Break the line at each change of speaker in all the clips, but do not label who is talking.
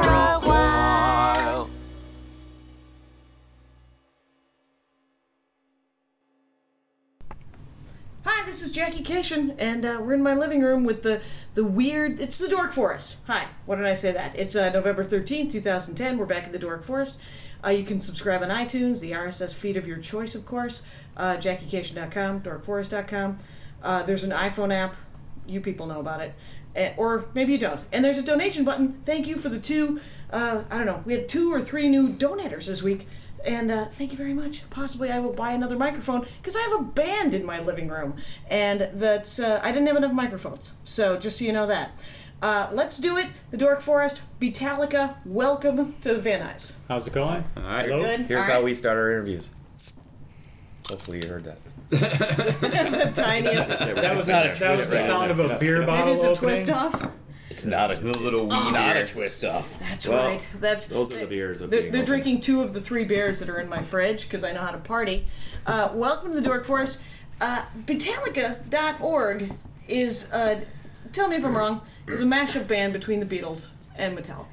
a while.
Hi, this is Jackie Cation, and uh, we're in my living room with the the weird. It's the Dork Forest. Hi, why did I say that? It's uh, November thirteenth, two 2010. We're back at the Dork Forest. Uh, you can subscribe on iTunes, the RSS feed of your choice, of course. Uh, JackieCation.com, DorkForest.com. Uh, there's an iPhone app. You people know about it. Eh, Or maybe you don't. And there's a donation button. Thank you for the two, uh, I don't know, we had two or three new donators this week. And uh, thank you very much. Possibly I will buy another microphone because I have a band in my living room, and that's uh, I didn't have enough microphones. So just so you know that. Uh, let's do it. The Dork Forest, Beatallica. Welcome to Van Nuys.
How's it going?
Uh,
All right.
Hello?
Good.
Here's
All
how
right.
we start our interviews. Hopefully you heard that.
The tiniest.
That was, that was the sound of a beer
Maybe
bottle
it's a
opening.
twist off.
It's not a little It's not a twist off.
That's
Well,
right. That's
those are the beers of
They're,
being
they're
open.
drinking two of the three beers that are in my fridge because I know how to party. Uh, welcome to the Dork Forest. Uh, Beatallica.org is, uh, tell me if I'm wrong, is a mashup band between the Beatles and Metallica.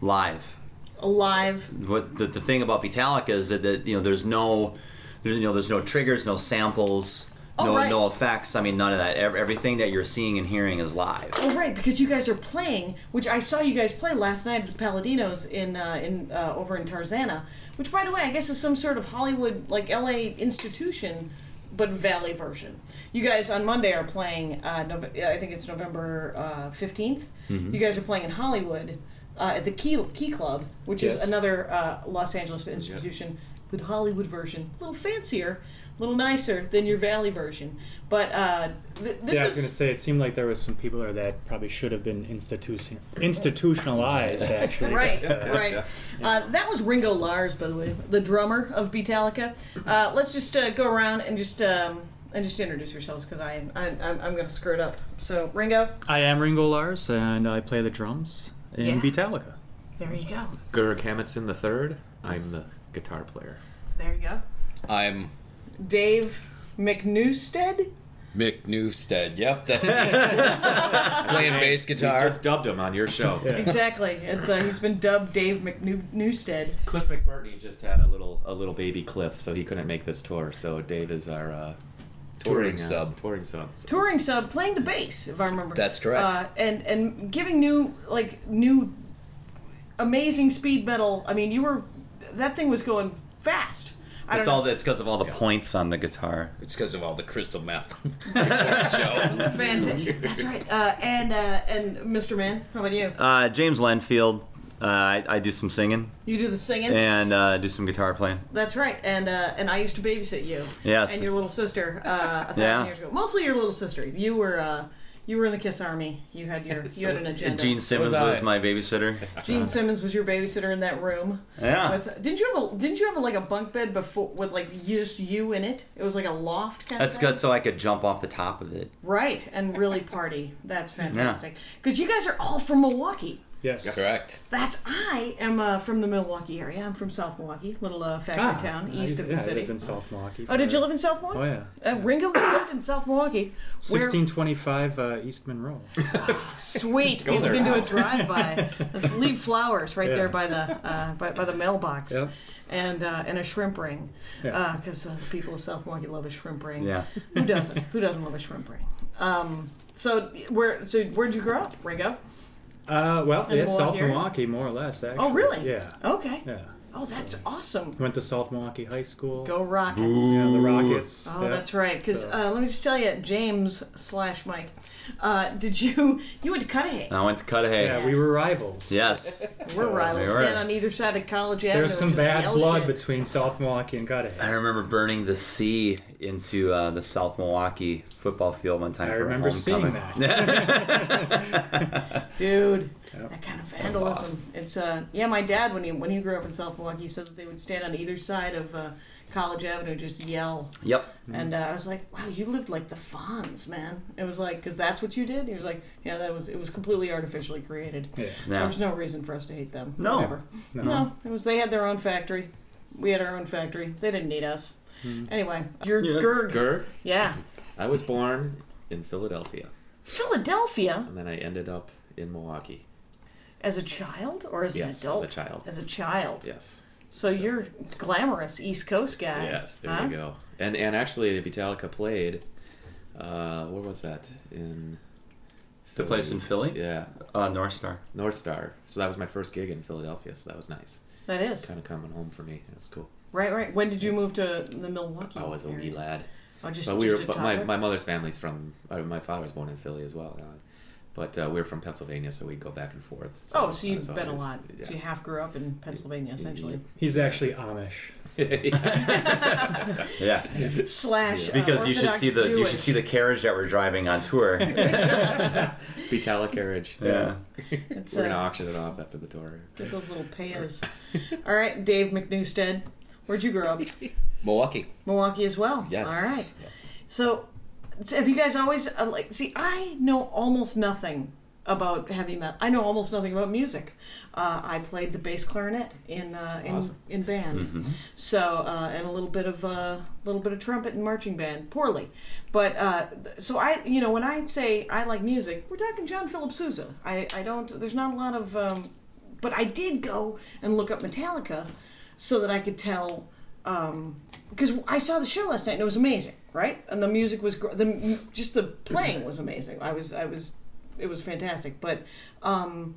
live.
Alive.
What the, the thing about Metallica is that, that you know there's no there- you know there's no triggers, no samples,
Oh,
no
right.
no effects. I mean none of that. Ev- Everything that you're seeing and hearing is live.
Oh, right, because you guys are playing, which I saw you guys play last night at the Paladinos in uh, in uh, over in Tarzana, which, by the way, I guess is some sort of Hollywood like LA institution, but Valley version. You guys on Monday are playing. Uh, Nov I think it's November uh, fifteenth. You guys are playing in Hollywood uh, at the Key Key Club, which is
Yes.
another uh, Los Angeles institution. The Hollywood version, a little fancier, a little nicer than your Valley version, but uh, th- this
Yeah, I
is
was gonna say it seemed like there was some people there that probably should have been institution institutionalized actually.
Right, right. Uh, that was Ringo Lars, by the way, the drummer of Beatallica. Uh, let's just uh, go around and just um, and just introduce yourselves because I, I I'm, I'm going to screw it up. So Ringo,
I am Ringo Lars and I play the drums in
Yeah.
Beatallica.
there you go,
Gerg Hammondson the third. I'm the guitar player.
there you go.
I'm
Dave McNewstead.
Mick Newstead. Yep, that's me. Playing bass guitar.
I just dubbed him on your show.
Exactly. It's uh, he's been dubbed Dave McNewstead.
Cliff McBurney just had a little a little baby Cliff, so he couldn't make this tour. So Dave is our uh,
Touring
uh,
sub.
touring sub. So-
touring sub playing the bass if i remember
That's correct.
uh, and and giving new like new amazing speed metal i mean you were that thing was going fast I
It's
don't
all
know.
that's because of all the points on the guitar.
It's because of all the crystal meth. Before the show.
Fantastic. That's right. Uh, and uh, and Mr. Man, how about you?
Uh, James Lenfield. Uh, I, I do some singing
you do the singing.
and uh, do some guitar playing.
That's right. And uh, and I used to babysit you.
Yes.
And your little sister. Uh, a thousand
Yeah.
years ago. Mostly your little sister. You were uh, you were in the Kiss Army. You had your you had an agenda.
Gene Simmons
Was I?
was, my babysitter.
Gene Simmons was your babysitter in that room.
Yeah.
With, didn't you have a didn't you have like a bunk bed before with like just you in it? It was like a loft kind
That's
of. thing?
good, so I could jump off the top of it.
Right, and really party. That's fantastic. Because you guys are all from Milwaukee.
Yes.
Correct.
That's I am uh, from the Milwaukee area. I'm from South Milwaukee, little uh, factory
Ah,
town
I-
east of
yeah,
the
I
city.
lived in South Milwaukee.
oh, did you
for
live in South Milwaukee?
Oh, yeah.
Uh, Ringo has lived in South Milwaukee. where-
1625 uh, East Monroe.
Sweet. People
there.
can do a drive by. Let's leave flowers right
Yeah.
there by the uh, by, by the mailbox,
Yep.
and uh, and a shrimp ring,
Yeah.
because uh, the people of South Milwaukee love a shrimp ring.
Yeah.
Who doesn't? Who doesn't love a shrimp ring? Um, so where so where'd you grow up, Ringo?
Uh, well,
In
yeah, South
Milwaukee area.
Milwaukee, more or less. Actually.
Oh, really?
Yeah.
Okay.
Yeah.
Oh, that's awesome.
Went to South Milwaukee High School.
Go Rockets.
Yeah, the Rockets.
Oh,
yeah.
that's right. Because
So-
uh, let me just tell you, James slash Mike, uh, did you you went to Cudahy?
And I went to Cudahy.
Yeah, we were rivals.
Yes.
We're rivals.
They were.
Stand on either side of College Avenue.
There's some
and just
bad
yell
blood
shit.
between South Milwaukee and Cudahy.
I remember burning the C into uh, the South Milwaukee football field one time
I
for a
remember seeing
homecoming.
that.
dude. That kind of vandalism. It's uh, yeah. My dad when he when he grew up in South Milwaukee, he said that they would stand on either side of uh, College Avenue, just yell.
Yep.
Mm-hmm.
And uh, I was like, wow, you lived like the Fonz, man. It was like, because that's what you did. He was like, yeah, that was it was completely artificially created.
Yeah.
Yeah.
There was no reason for us to hate them.
No.
Whatever. No. it was they had their own factory. We had our own factory. They didn't need us.
Mm-hmm.
Anyway, your
Yeah.
Gerg.
Gerg,
Yeah.
I was born in Philadelphia,
Philadelphia
and then I ended up in Milwaukee.
as a child or as
Yes, as
an adult?
a child.
As a child.
Yes.
So, you're glamorous East Coast guy.
Yes, there
huh?
you go. And and actually, Metallica played. Uh, where was that in?
The place in Philly?
Yeah,
Uh, North Star.
North Star. So that was my first gig in Philadelphia. So that was nice.
That is.
Kind of coming home for me. It was cool.
Right, right. When did you move to the Milwaukee?
I was a wee
area?
lad.
Oh, just,
But we
just
were.
a
But my,
toddler?
my mother's family's from. Uh, my father was born in Philly as well. uh, but uh, we were from Pennsylvania, so we'd go back and forth.
Oh, so
I
you've
was
been a
always-
lot.
yeah.
So you half grew up in Pennsylvania, essentially.
He's actually Amish.
Yeah.
Slash. uh,
Because you should see the
Orthodox
you
Jewish.
should see the carriage that we're driving on tour.
Vitala carriage.
yeah.
It's,
We're gonna
uh,
auction it off after the tour.
Get those little payas. All right, Dave McNewstead. Where'd you grow up?
Milwaukee.
Milwaukee as well.
Yes.
All right. So, so have you guys always uh, like? See, I know almost nothing about heavy metal. I know almost nothing about music. Uh, I played the bass clarinet in uh, in,
Awesome.
in band, so uh, and a little bit of a uh, little bit of trumpet and marching band. Poorly, but uh, th- so I you know when I say I like music, we're talking John Philip Sousa. I I don't. There's not a lot of. Um, but I did go and look up Metallica so that I could tell um, because I saw the show last night and it was amazing, right? And the music was gr- the m- just the playing was amazing. I was I was it was fantastic, but um,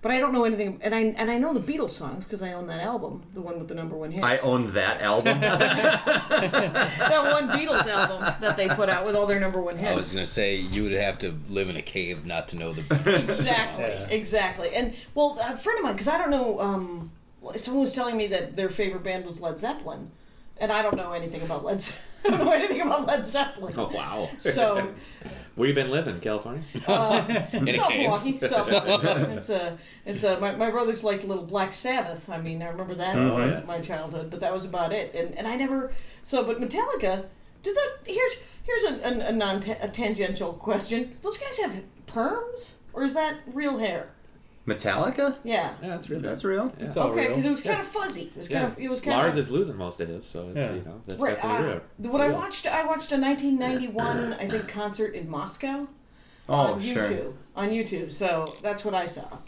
but I don't know anything and I and I know the Beatles songs because I own that album, the one with the number one hit.
I owned that album.
that one Beatles album that they put out with all their number one hits.
I was gonna say you would have to live in a cave not to know the.
exactly, exactly. And well, a friend of mine, because I don't know, um, someone was telling me that their favorite band was Led Zeppelin, and I don't know anything about Led. Ze- I don't know anything about Led Zeppelin.
Oh wow!
So
Where you been living, California?
in a
South
cave.
Milwaukee, South Milwaukee. It's a, it's a. My, my brothers liked Little Black Sabbath. I mean, I remember that from
yeah.
my childhood, but that was about it. And and I never. So, but Metallica, did that? Here's here's a, a, a non a tangential question. Those guys have perms, or is that real hair?
Metallica?
Yeah.
Yeah, that's Oh, really
That's real.
It's all
Okay,
real.
because it was kind of fuzzy. It was kind
Yeah.
of. It was kind
Lars
of.
is losing most of his, so it's
Yeah.
you know that's
Right,
definitely
uh,
real.
the- what I
Real.
watched, I watched a 1991, I think, concert in Moscow
Oh,
on
sure.
YouTube. On YouTube, so that's what I saw.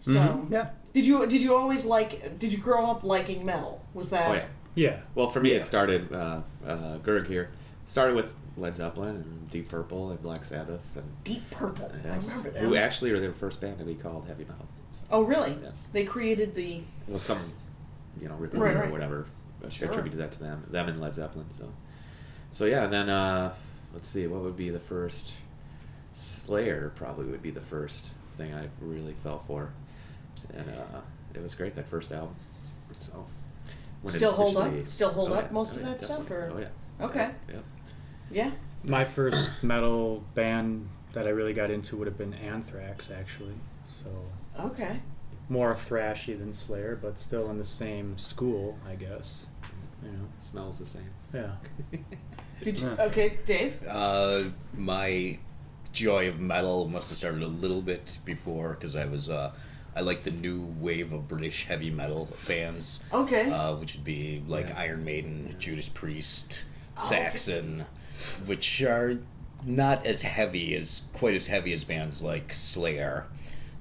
So,
Mm-hmm.
Yeah.
Did you did you always like? Did you grow up liking metal? Was that?
Oh yeah.
yeah.
Well, for me,
Yeah.
it started uh, uh, Gerg here. Started with Led Zeppelin and Deep Purple and Black Sabbath and
Deep Purple.
yes,
I remember that.
who actually were the first band to be called heavy metal. So,
oh really?
Yes.
They created the.
well, some you know reporter
Right, right.
or whatever att-
Sure.
attributed that to them, them and Led Zeppelin. So, so yeah, and then uh, let's see, what would be the first Slayer? Probably would be the first thing I really fell for, and uh, it was great that first album. So. when it
Still hold up?
officially-
Still hold
oh,
up,
yeah.
most
Oh,
of
yeah,
that stuff,
definitely.
or-
oh yeah,
Okay.
yeah.
Yeah.
My first metal band that I really got into would have been Anthrax, actually. So
Okay.
more thrashy than Slayer, but still in the same school, I guess. You know.
smells the same.
Yeah.
Did you?
Yeah.
Okay, Dave.
Uh, my joy of metal must have started a little bit before because I was uh, I like the new wave of British heavy metal bands,
Okay.
uh, which would be like
Yeah.
Iron Maiden, Judas Priest,
okay.
Saxon, which are not as heavy as quite as heavy as bands like Slayer.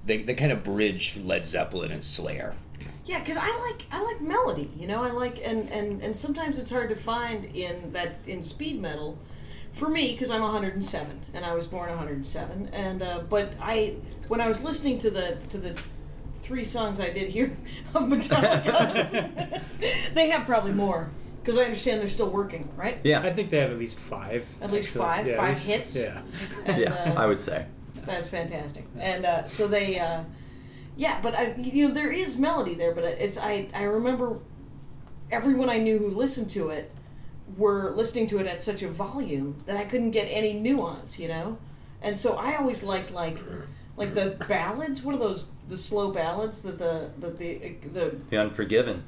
They they kind of bridge Led Zeppelin and Slayer.
Yeah, because I like I like melody. You know, I like and and and sometimes it's hard to find in that in speed metal. For me, because I'm 107 and I was born 107, and uh, but I when I was listening to the to the three songs I did here of Metallica, they have probably more because I understand they're still working, right?
I
Yeah.
think they have at least five.
At least
actually.
five?
Yeah, at
Five
least-
hits?
Yeah.
And,
Yeah.
uh,
I would say.
That's fantastic. And uh, so they, uh, yeah, but I, you know, there is melody there, but it's I, I remember everyone I knew who listened to it were listening to it at such a volume that I couldn't get any nuance, you know. And so I always liked like, like the ballads. What are those? The slow ballads that the that the the
The Unforgiven.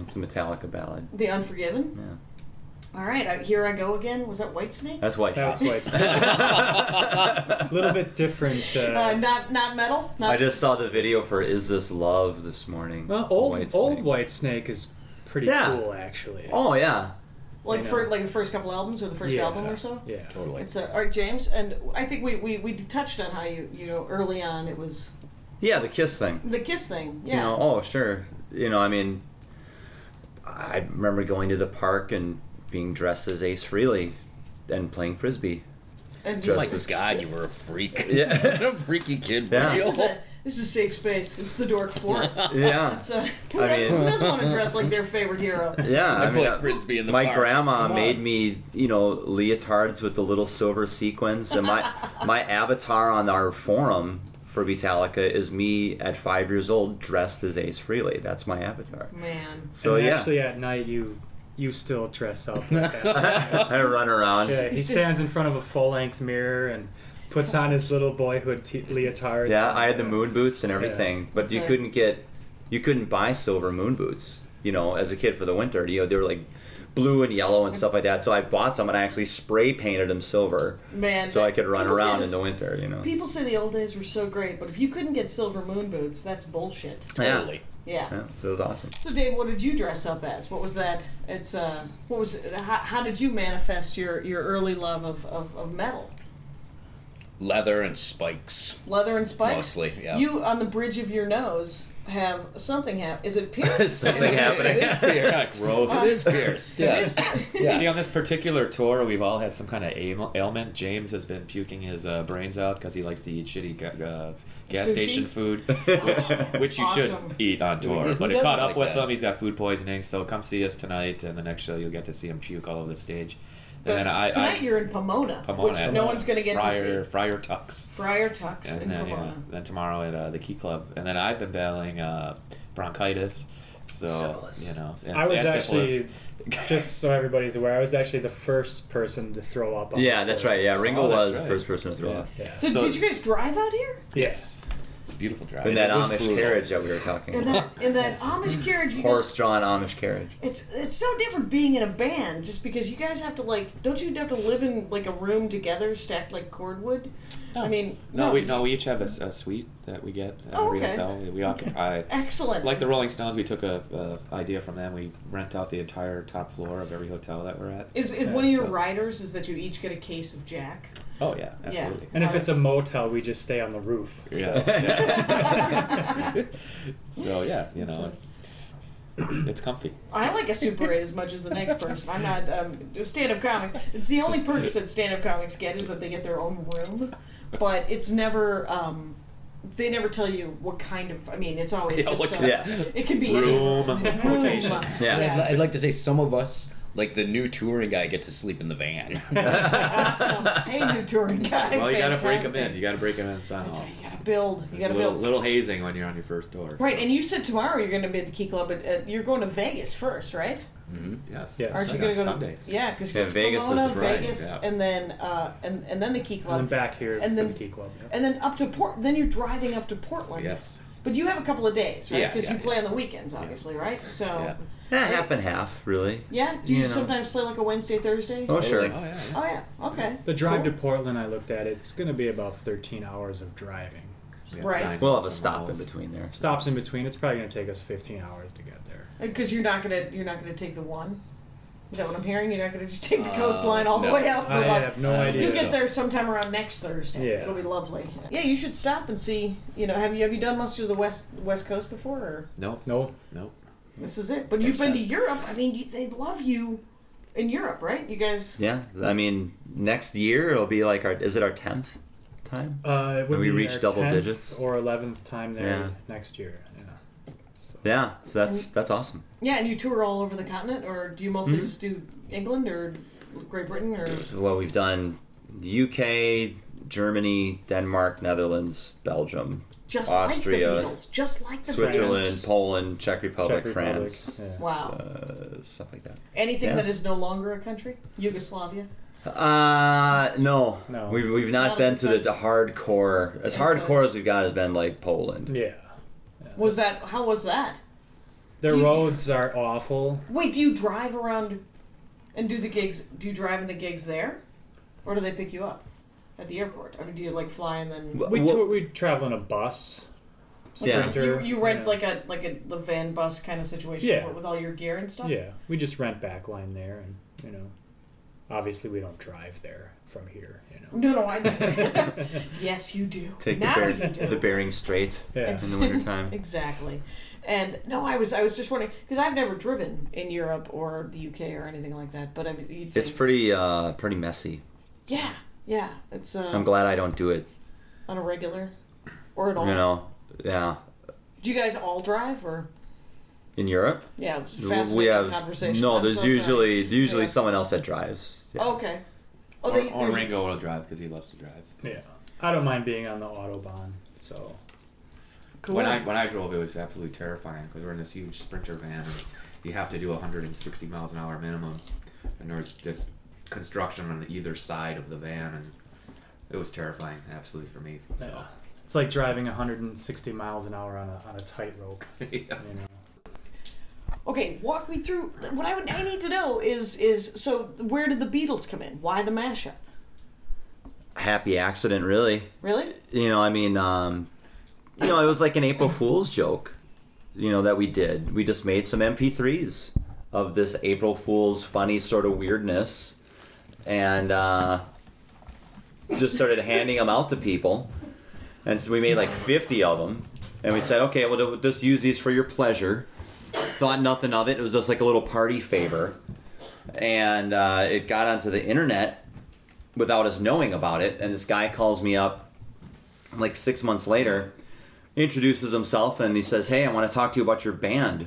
It's a Metallica ballad.
The Unforgiven.
Yeah.
All right, I, here I go again. Was that White Snake?
That's White
That's
Snake.
why it's a little bit different. Uh,
Uh, not not metal. Not
I just saw the video for "Is This Love" this morning.
well, old
White
old
Snake.
White Snake is pretty
Yeah.
cool actually.
Oh yeah,
like
I
for
know.
like the first couple albums or the first album or so.
Yeah.
Totally.
It's uh, all right, James, and I think we, we, we touched on how you you know early on it was
yeah, the Kiss thing.
the Kiss thing. Yeah.
you know oh sure you know i mean i remember going to the park and being dressed as ace Frehley and playing frisbee
and just
Just like
like
this
this
God, you were a freak.
Yeah.
a freaky kid.
Yeah.
Mario.
is a this is a safe space. It's the Dork Forest.
yeah
It's, uh, who,
I
does,
mean-
who doesn't want to dress like their favorite hero?
yeah
I,
i mean
play frisbee in the
my
park.
grandma
Come on.
made me you know leotards with the little silver sequins and my my avatar on our forum for Vitalica is me at five years old dressed as Ace Frehley. That's my avatar.
Man,
So
and
yeah,
actually at night you you still dress up like that.
I run around.
yeah, he stands in front of a full length mirror and puts on his little boyhood t- leotards.
Yeah, I had the moon boots and everything, but you
Right.
couldn't get, you couldn't buy silver moon boots. You know, as a kid for the winter, you know they were like blue and yellow and stuff like that. So I bought some and I actually spray painted them silver,
man.
so I could run
people say
around
this-
in the winter. You know,
People say the old days were so great, but if you couldn't get silver moon boots, that's bullshit.
yeah.
Totally.
Yeah.
Yeah, so it was awesome.
So Dave, what did you dress up as? What was that? It's uh, what was? How, how did you manifest your your early love of, of, of metal?
Leather and spikes.
Leather and spikes.
Mostly, yeah.
You on the bridge of your nose have something happen. Is it pierced?
Something
Is it-
happening.
It is pierced.
Growth.
It is pierced. Yes.
See, on
yes.
this particular tour, we've all had some kind of ail- ailment. James has been puking his uh, brains out because he likes to eat shitty ga- uh, gas
Sushi?
station food, which, which you
Awesome.
should eat on tour.
Who
But it
doesn't
caught up
like
with
that?
him. He's got food poisoning, so come see us tonight, and the next show you'll get to see him puke all over the stage. And then I,
tonight
I
you're in Pomona,
Pomona
which
at
no one's going to get
Friar,
to see.
Friar Tucks.
Friar Tucks in
and then, yeah,
Pomona.
then tomorrow at uh, the Key Club, and then I've been battling uh, bronchitis, so
Syphilis.
you know. And,
I was
and
actually,
syphilis.
just so everybody's aware, I was actually the first person to throw up. On
Yeah,
the
that's
tour.
right. Yeah, Ringo
Oh, that's
was the
right.
first person to throw
Yeah.
up.
Yeah.
So,
so-
did you guys drive out here?
yes.
it's a beautiful drive.
In that
It was
Amish
brutal.
carriage that we were talking
In
about,
that in that Amish carriage, you guys,
horse-drawn Amish carriage.
it's it's so different being in a band, just because you guys have to like, don't you have to live in like a room together, stacked like cordwood? I mean,
No, we no, we each have a, s- a suite that we get at
Oh,
every
okay.
hotel. We, we occupy.
excellent.
Like the Rolling Stones, we took a, a idea from them. We rent out the entire top floor of every hotel that we're at.
Is it
Yeah,
one of your
so-
riders is that you each get a case of Jack?
Oh yeah, absolutely.
And if it's a motel, we just stay on the roof.
Yeah. yeah. so yeah, you know, it's, it's comfy.
I like a Super 8 as much as the next person. I'm not um, a stand-up comic. It's the only perks that stand-up comics get is that they get their own room, but it's never. Um, they never tell you what kind of. I mean, it's always
Yeah,
just
what
some-
kind-
It could be
Room quotations.
quotations.
Yeah.
And I'd, I'd like to say some of us, like the new touring guy, get to sleep in the van.
awesome. Hey, new touring guy.
Well, you got to break them
fantastic.
in. You got to break them in
That's
somehow.
right. You gotta build. You
It's a
gotta
little,
build.
little hazing when you're on your first tour.
Right,
so-
and you said tomorrow you're going to be at the Key Club, but uh, you're going to Vegas first, right?
yes,
Yes.
Aren't you
on
going to go
Sunday?
to Yeah, because
Yeah,
you're
Vegas
Vegas Pomona,
is right,
Vegas,
yeah.
and then uh, and and then the Key Club,
And then back here
And
for
then-
the Key Club. yeah.
and then up to Port. Then you're driving up to Portland.
Yes.
But you have a couple of days, right?
Yeah,
Because
yeah,
you play
yeah.
on the weekends, obviously, right? So
Yeah.
yeah.
Yeah, Eh, half and half, really.
Do you,
You know.
sometimes play like a Wednesday, Thursday?
Oh sure.
Oh yeah. yeah.
Oh, yeah. Okay.
The drive
Cool.
to Portland, I looked at it's going to be about 13 hours of driving.
Yeah, it's
Right.
nine
We'll have a
hours
stop in
almost.
between there.
Stops in between. It's probably going to take us 15 hours to get there.
Because you're not gonna you're not gonna take the one. Is that what I'm hearing? You're not gonna just take the
Uh,
coastline all the
no.
way out for
I
like
have no
Uh,
idea.
You
Yeah.
get there sometime around next Thursday.
Yeah.
It'll be lovely. Yeah, you should stop and see. You know, have you have you done most of the west West Coast before, or
Nope.
No,
Nope.
this is it? But you've been to
Except-
Europe. I mean, you, they love you in Europe, right? You guys.
Yeah, I mean, next year it'll be like our is it our tenth time?
uh, it would
And we
be
reached
our
double
10th
digits.
or 11th time there
Yeah.
next year. Yeah.
Yeah, so that's that's awesome.
Yeah, and you tour all over the continent, or do you mostly
Mm-hmm.
just do England or Great Britain or?
Well, we've done UK, Germany, Denmark, Netherlands, Belgium,
Just
Austria,
like the Beatles, just like the
Switzerland,
Beatles.
Poland, Czech Republic,
Czech Republic,
France,
yeah.
Wow.
uh, stuff like that.
Anything
yeah.
that is no longer a country, Yugoslavia.
Uh, no,
No.
we've we've not
Not
been
at
to
this
the,
time.
the hardcore. As
That's right.
hardcore as we've got has been like Poland.
Yeah.
Was that? How was that?
Their
Do you-
roads are awful.
Wait, do you drive around and do the gigs? Do you drive in the gigs there, or do they pick you up at the airport? I mean, do you like fly and then
Well,
We tour, we travel in a bus.
Yeah.
Sprinter,
you, you rent
yeah.
like a like a the van bus kind of situation
Yeah.
with all your gear and stuff?
Yeah, we just rent backline there, and you know, obviously we don't drive there from here. You know.
No, no, I. yes, you do.
Take the,
now
bear,
you do.
the Bering Strait
Yeah.
in the wintertime.
Exactly. And no, I was I was just wondering because I've never driven in Europe or the UK or anything like that. But I mean, you'd
it's
think-
pretty uh, pretty messy.
Yeah, yeah. It's uh,
I'm glad I don't do it.
on a regular or at
You
all.
know, yeah.
Do you guys all drive or?
In Europe,
Yeah, it's a fascinating
we have
conversation.
no.
I'm
there's
so sorry.
usually usually
Yeah.
someone else that drives. Yeah.
Oh, okay. Oh,
or,
they,
or
there's-
Ringo will drive because he loves to drive.
Mm-hmm.
Yeah. I don't mind being on the autobahn. So
Cool.
When I when I drove, it was absolutely terrifying because we're in this huge sprinter van. And you have to do 160 miles an hour minimum, and there was just construction on either side of the van, and it was terrifying, absolutely for me. So,
it's like driving 160 miles an hour on a on a tightrope.
yeah.
You know.
okay, walk me through. What I would I need to know is is so where did the Beatles come in? Why the mashup?
Happy accident, really.
Really?
you know, I mean, um, you know, it was like an April Fool's joke, you know, that we did. We just made some MP3s of this April Fool's funny sort of weirdness, and uh, just started handing them out to people. And so we made like 50 of them, and we said, okay, well, we'll just use these for your pleasure. Thought nothing of it. It was just like a little party favor, and uh, it got onto the internet without us knowing about it. And this guy calls me up like six months later, introduces himself and he says, Hey, I want to talk to you about your band.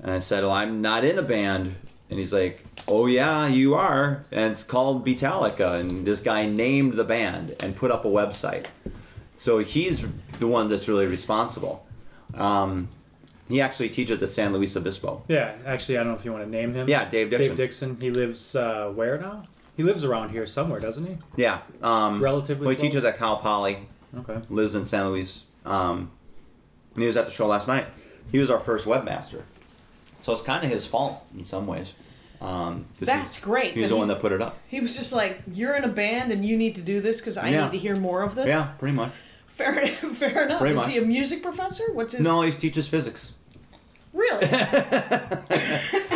And I said, Well, I'm not in a band. And he's like, Oh, yeah, you are. And it's called Beatalica. And this guy named the band and put up a website. So he's the one that's really responsible. Um, he actually teaches at San Luis Obispo.
Yeah. Actually, I don't know if you want to name him.
Yeah, Dave Dixon.
Dave Dixon. He lives uh, where now? He lives around here somewhere, doesn't he?
Yeah. Um,
Relatively
Well, he
close.
teaches at Cal Poly.
Okay.
lives in San Luis. Um, and he was at the show last night. He was our first webmaster, so it's kind of his fault in some ways. Um, 'cause
That's
he's,
great
He's
that
the
he-
one that put it up.
He was just like, "You're in a band and you need to do this because I
Yeah.
need to hear more of this."
Yeah, pretty much.
Fair, fair enough.
Pretty
is
much.
he a music professor? What's his?
No, he teaches physics.
Really?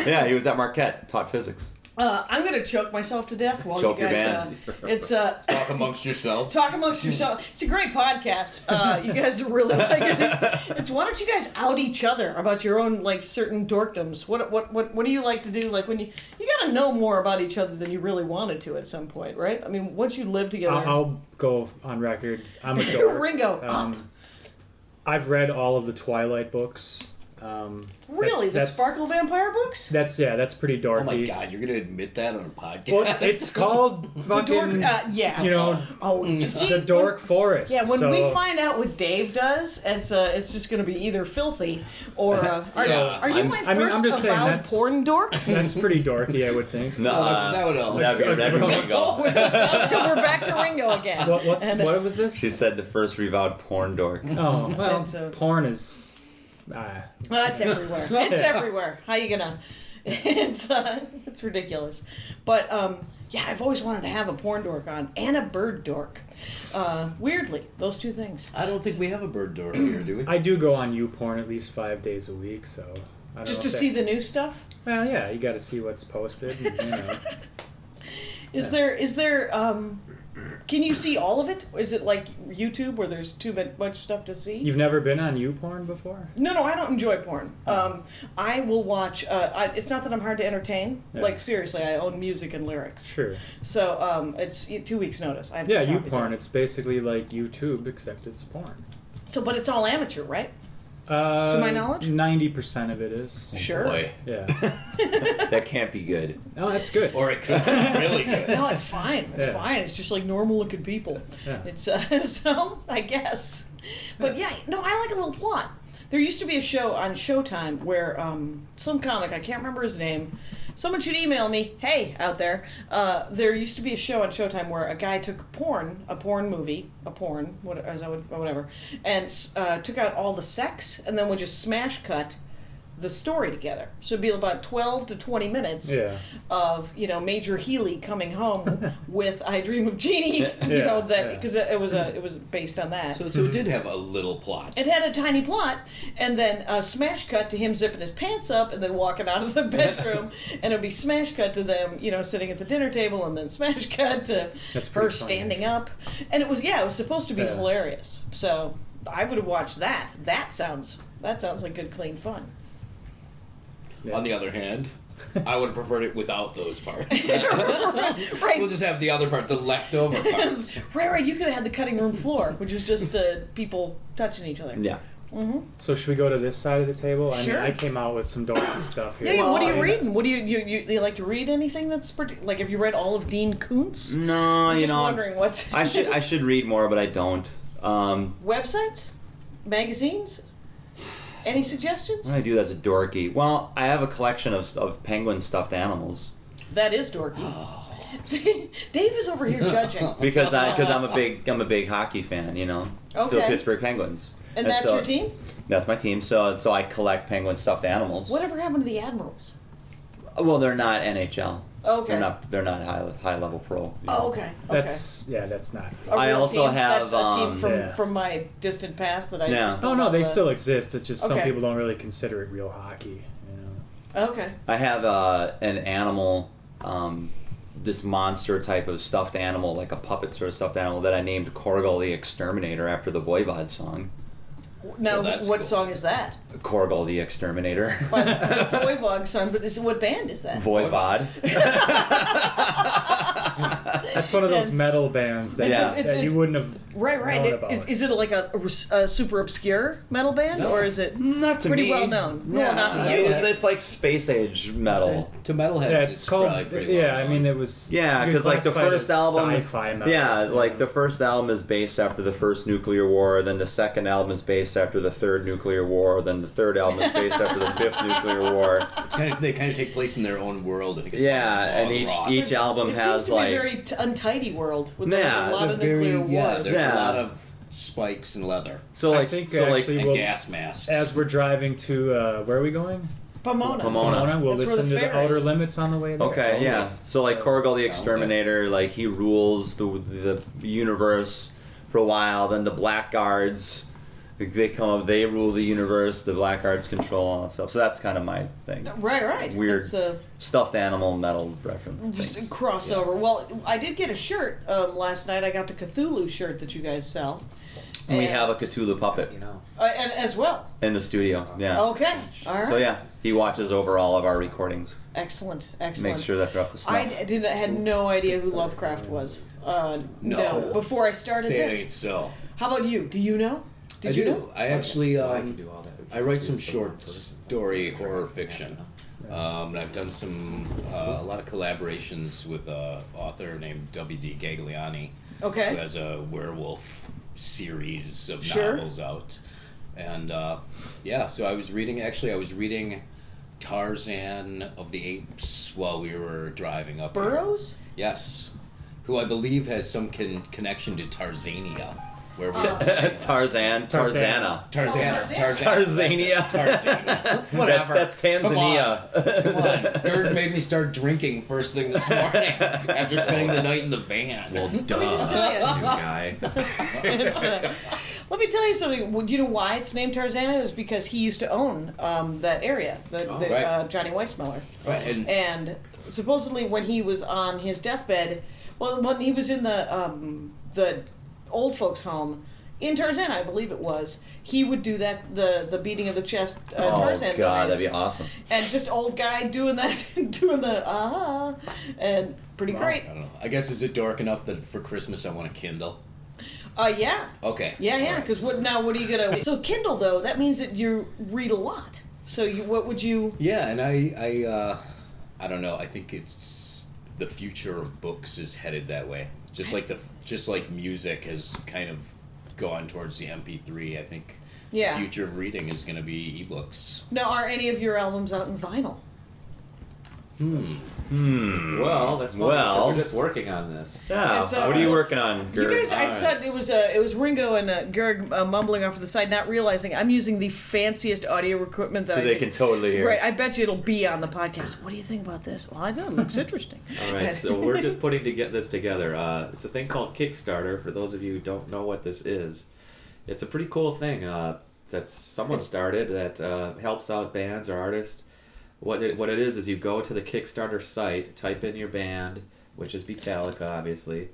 Yeah, he was at Marquette, taught physics.
uh, I'm gonna choke myself to death while
Choke
you
your
guys. Uh, it's uh,
Talk amongst yourselves.
Talk amongst yourself. It's a great podcast. Uh, you guys are really like it. It's why don't you guys out each other about your own like certain dorkdoms? What what what what do you like to do? Like when you you gotta know more about each other than you really wanted to at some point, right? I mean, once you live together,
I'll, I'll go on record. I'm a dork.
Ringo, up.
Um, I've read all of the Twilight books. Um, that's-
really the
that's-
Sparkle Vampire books.
That's yeah. That's pretty dorky.
Oh my god, you're gonna admit that on a podcast?
Well, it's called
The dork,
fucking.
uh, yeah.
You know,
oh, you see,
the dork forest.
Yeah, when
so,
we find out what Dave does, it's uh, it's just going to be either filthy or uh, are,
So,
are you
I'm-
my
I mean,
first
Uh-huh. I'm just saying
avowed
that's-
porn dork?
That's pretty dorky, I would think.
No,
Oh, that would all.
that'd be that'd be Ringo.
We're back to Ringo again.
What, what's,
And- uh,
what was this?
She said the first revived porn dork.
Oh, well,
It's a-
porn is. Uh,
Well, it's everywhere. It's everywhere. How you gonna? It's uh, it's ridiculous, but um, yeah, I've always wanted to have a porn dork on and a bird dork. Uh, weirdly, those two things.
I don't think we have a bird door here, do we?
I do go on YouPorn at least five days a week, so. I don't
Just
know
to
if that-
see the new stuff.
Well, yeah, you got to see what's posted. and, you know.
Is there is there um, can you see all of it? Is it like YouTube where there's too mu- much stuff to see?
You've never been on YouPorn before?
No, no, I don't enjoy porn. Um, I will watch. Uh, I, it's not that I'm hard to entertain.
Yeah.
Like seriously, I own music and lyrics.
Sure.
So um, it's y- two weeks' notice. I have
Yeah,
two copies of
YouPorn.
it.
It's basically like YouTube, except it's porn.
So, but it's all amateur, right?
Uh,
my knowledge?
ninety percent of it is.
Sure.
Boy,
Yeah.
that can't be good.
No, that's good.
or it could be really good.
No, it's fine. It's
Yeah.
fine. It's just like normal looking people.
Yeah.
It's uh, so I guess. But yeah, no, I like a little plot. There used to be a show on Showtime where um, some comic I can't remember his name. Someone should email me. Hey, out there. Uh, there used to be a show on Showtime where a guy took porn, a porn movie, a porn, what, as I would, whatever, and uh, took out all the sex and then would just smash cut the story together. So it'd be about 12 to 20 minutes
Yeah.
of, you know, Major Healy coming home with I Dream of Jeannie, you know, that
yeah.
because it was a it was based on that.
So, so it did have a little plot.
It had a tiny plot, and then a smash cut to him zipping his pants up and then walking out of the bedroom, and it'd be smash cut to them, you know, sitting at the dinner table, and then smash cut to
That's pretty
her
funny,
standing up. And it was yeah, it was supposed to be
Yeah.
hilarious. So I would have watched that. That sounds that sounds like good, clean fun.
On the other hand, I would have preferred it without those parts.
Right,
we'll just have the other part, the leftover parts.
right, right. You could have had the cutting room floor, which is just uh, people touching each other.
Yeah.
So should we go to this side of the table? I
Sure.
mean, I came out with some dorky stuff here.
Yeah, what are
I
you
mean,
reading? What do you you, you, you like to read? Anything that's partic- like? Have you read all of Dean Koontz?
No, Mm, you
just
know,
wondering what
I should I should read more, but I don't. Um,
websites, magazines. Any suggestions?
what I do that's dorky. Well, I have a collection of, of penguin stuffed animals
That is dorky.
Oh.
Dave is over here judging,
because I because I'm a big I'm a big hockey fan, you know. So
Okay.
Pittsburgh Penguins.
and that's
so-
your team.
That's my team. So so I collect penguin stuffed animals.
Whatever happened to the Admirals?
Well, they're not NHL.
Okay.
They're not they're not high high level pro. you know.
Oh, okay. Oh,
That's yeah, that's not.
okay. A
I
real
also
team?
have,
that's a team
um,
from,
Yeah.
from my distant past that I.
Yeah.
Just
Oh
pulled
no,
up
they
the-
still exist. It's just some
Okay.
people don't really consider it real hockey. You know.
Okay.
I have uh, an animal, um, this monster type of stuffed animal, like a puppet sort of stuffed animal that I named Korgol the Exterminator after the Voivod song.
Now,
Well, that's
what
cool.
song is that?
Korgol the Exterminator.
By the Voivod song, but this, what band is that?
Voivod.
That's one of those metal bands that,
It's-
that
it's- it's-
you wouldn't have.
Right, right.
Known about
Is,
it.
is it like a, a super obscure metal band, or is it?
Not to
Pretty
me.
well known. Well,
Yeah.
not to
I
you.
mean, It's, it's like space age metal.
To metalheads,
Yeah,
it's,
it's,
probably
called.
pretty
Yeah,
well
I
known.
mean, it was.
Yeah,
you could
because like the
classify it as
first album,
sci-fi metal.
yeah, like the first album is based after the first nuclear war. Then the second album is based after the third nuclear war. Then the third album is based after the fifth nuclear war.
It's kind of, they kind of take place in their own world. And it gets
Yeah,
kinda
and
wild
each
rock.
each album
it seems
has
to
like
be a very t- untidy world with
Yeah.
there's a
It's
lot
It's a
of
very-
nuclear
yeah,
wars.
there's
Yeah.
a lot of spikes and leather
so
I
like
think
so like
actually-
and
Well,
gas masks.
As we're driving to uh, where are we going?
Pomona.
Pomona.
We'll
That's where
listen
the
to the
fair
outer
is.
limits on the way there.
okay
Totally.
yeah so like Korgul the Exterminator like he rules the the universe for a while then the Blackguards they come up they rule the universe the Blackguards control all that stuff so that's kind of my thing
Right, right.
Weird.
It's a
stuffed animal metal reference
just a
things.
crossover. Well, I did get a shirt um, last night. I got the Cthulhu shirt that you guys sell.
we
And-
have a Cthulhu puppet
You know.
uh, and as well.
in the studio yeah
Okay. All right.
so yeah he watches over all of our recordings
Excellent. Excellent.
makes sure that they're up to snuff
I didn't I had no idea who Lovecraft was. Uh, no.
No.
Before I started
Say it ain't
this.
so.
How about you? Do you know? Did
I
you
do.
know?
I actually
So I
um,
can do all that.
I write some
Just do it for one
short
person.
story horror fiction. Um, and I've done some uh, a lot of collaborations with an author named W.D. Gagliani, who
Okay.
has a werewolf series of
Sure.
novels out. And uh, yeah, so I was reading. Actually, I was reading Tarzan of the Apes while we were driving up. here.
Burroughs?
Yes, who I believe has some con- connection to Tarzania, where
Oh.
we
Tarzan Tarzana
Tarzana. Tarzan.
Tarzania.
Tarzania. Whatever.
That's Tanzania.
Oh,
Come on. Come on. Dirt made me start drinking first thing this morning after spending the night in the van.
Well, duh.
just tell ya.
New guy.
It's, uh, let me tell you something. Well, Do you know why it's named Tarzana? Is because he used to own um, that area, the,
Oh,
the,
Right.
uh, Johnny Weissmuller.
Right, and,
And supposedly, when he was on his deathbed, well, when he was in the um, the old folks' home in Tarzana, I believe it was, he would do that the the beating of the chest uh,
oh
Tarzan
god
noise.
that'd be awesome
and just old guy doing that, doing the ah, and pretty great.
I don't know. I guess is it dark enough that for Christmas I want a Kindle?
Uh, yeah.
Okay.
Yeah, yeah.
Alright.
Because what now? What are you gonna? So Kindle though, that means that you read a lot. So you, what would you?
Yeah, and I, I, uh, I don't know. I think it's the future of books is headed that way. Just like the, just like music has kind of gone towards the MP3. I think
Yeah.
the future of reading is going to be ebooks.
Now, are any of your albums out in vinyl?
Hmm.
Well, that's funny, 'cause
Well.
we're just working on this.
Yeah.
It's, uh,
what are you working on,
You
Gert?
guys, I
Alright.
said it was uh, it was Ringo and uh, Gerg uh, mumbling off to the side, not realizing I'm using the fanciest audio equipment that
so
I
they
could-
can totally hear.
Right, I bet you it'll be on the podcast. What do you think about this? Well, I don't. It looks interesting.
All right, so we're just putting to get this together. Uh, it's a thing called Kickstarter. For those of you who don't know what this is, it's a pretty cool thing uh, that someone started that uh, helps out bands or artists. What it, what it is is you go to the Kickstarter site, type in your band, which is Metallica, obviously,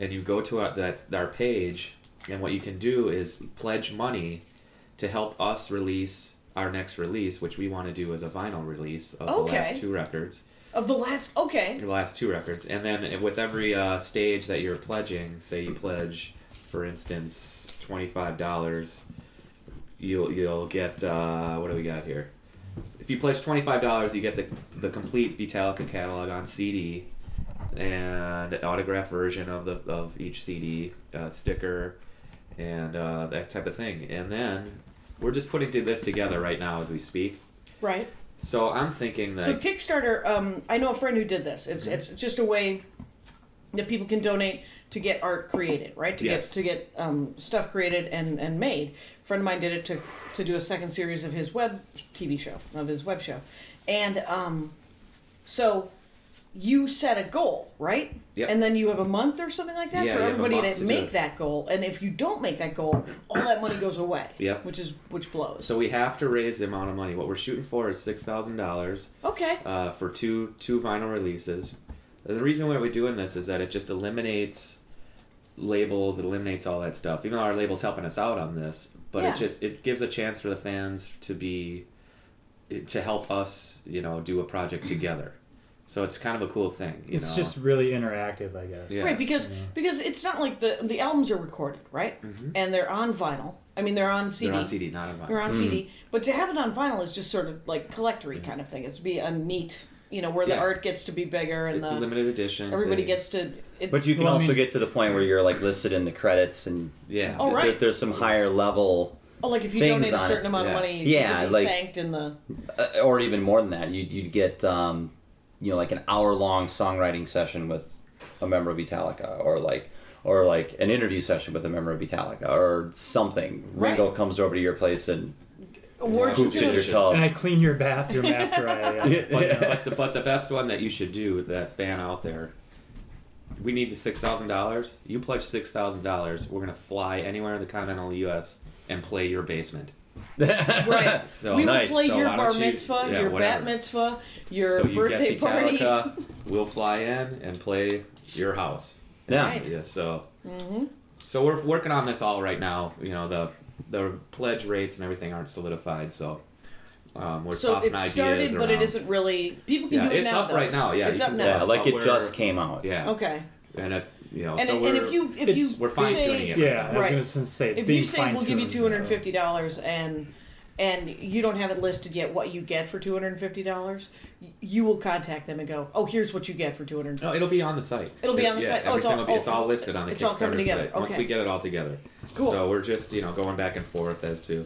and you go to our, that our page, and what you can do is pledge money to help us release our next release, which we want to do as a vinyl release of the
Okay.
last two records
Of the last, okay,
your last two records, and then with every uh, stage that you're pledging, say you pledge, for instance, twenty five dollars, you'll you'll get uh, what do we got here? If you pledge twenty five dollars, you get the the complete Metallica catalog on CD, and autograph version of the of each CD uh, sticker, and uh, that type of thing. And then we're just putting this together right now as we speak.
right.
So I'm thinking that
So Kickstarter, um, I know a friend who did this. It's
Mm-hmm.
it's just a way that people can donate to get art created, right? To
Yes.
get to get um, stuff created and, and made. A friend of mine did it to to do a second series of his web TV show of his web show, and um, so you set a goal, right?
Yep.
And then you have a month or something like that
Yeah,
for
you have a
everybody
month
to
to do
make
it.
that goal. And if you don't make that goal, all that money goes away.
Yep.
Which is which blows.
So we have to raise the amount of money. What we're shooting for is six thousand dollars
okay.
uh, for two two vinyl releases. The reason why we're doing this is that it just eliminates labels, it eliminates all that stuff. Even though our label's helping us out on this, but
Yeah.
it just it gives a chance for the fans to be to help us, you know, do a project together. So it's kind of a cool thing. You
It's
know?
just really interactive, I guess.
Yeah.
Right, because because it's not like the the albums are recorded, right? And they're on vinyl. I mean, they're on CD.
Mm-hmm. they're on CD, not on vinyl.
They're on
Hmm.
CD. But to have it on vinyl is just sort of like collectory kind of thing. It's be a neat, you know, where the
Yeah.
art gets to be bigger and the
limited edition.
everybody
they-
gets to. It,
But you can
Well, I
also
mean-
get to the point where you're like listed in the credits, and
yeah.
Oh, right.
there- there's some higher level,
oh, like if you
things
donate a
on
certain
it.
amount
Yeah.
of money,
Yeah,
you
like-
thanked in the
uh, or even more than that. You'd, you'd get, um, you know, like an hour long songwriting session with a member of Metallica, or like, or like an interview session with a member of Metallica, or something. Ringo
Right.
comes over to your place and
awards.
poops in your
distribution.
tub.
And I clean your bathroom after I. Uh,
but, the- but the, but the best one that you should do, that fan out there, we need six thousand dollars. You pledge six thousand dollars. We're gonna fly anywhere in the continental U.S. and play your basement.
Right.
So
we
nice.
will play
So
your
why
bar
don't you-
mitzvah,
yeah,
your
whatever.
bat mitzvah, your
so you
birthday
get
party.
Metallica. We'll fly in and play your house.
yeah.
Right. Mm-hmm.
Yeah. So. So we're working on this all right now. You know the the pledge rates and everything aren't solidified. So. Um, we're
So
tossing
it
ideas
started, but it
around.
isn't really. People can
Yeah,
do it
it's
now.
up
though.
right now, yeah,
it's
you
up
can-
now.
Yeah, like it
Aware.
just came out.
Yeah.
Okay.
And it, you know,
And,
so
it- and
we're-
if you if
it's-
you
we're fine-tuning
say,
it.
Yeah, I was
Right.
gonna s- say it's
If
being
you say we'll give you
fine-tuned,
two hundred and fifty dollars and and you don't have it listed yet what you get for two hundred and fifty dollars, you will contact them and go, oh, here's what you get for two hundred.
No, it'll be on the site.
It'll be on the
yeah,
site. Oh, it's
everything
all-
will be, it's
oh,
all listed on the
it's all coming
Kickstarter
together.
site once
Okay.
we get it all together.
Cool.
So we're just you know going back and forth as to,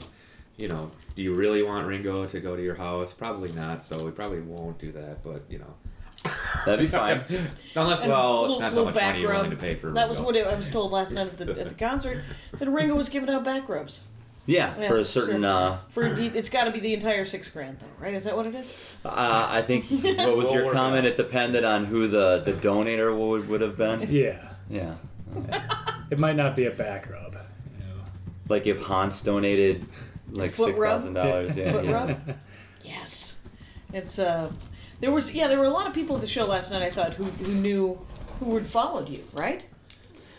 you know, do you really want Ringo to go to your house? Probably not. So we probably won't do that. But you know,
That'd be fine.
unless
And
well,
little- little
not so much money you're
back
willing to
rub.
pay for.
That was
Ringo.
what I was told last night at the, at the concert that Ringo was giving out back rubs.
Yeah,
Yeah,
for a certain.
sure.
Uh,
For it's got to be the entire six grand though, right? Is that what it is?
uh, I think what was
We'll
your
work
comment?
out.
It depended on who the the donator would would have been.
Yeah,
Yeah,
it might not be a back rub. You know.
like if Hans donated like
Foot
six
rub?
thousand dollars. Yeah,
Foot
yeah.
rub? Yes. It's uh there was yeah, there were a lot of people at the show last night I thought who who knew who had followed you, right?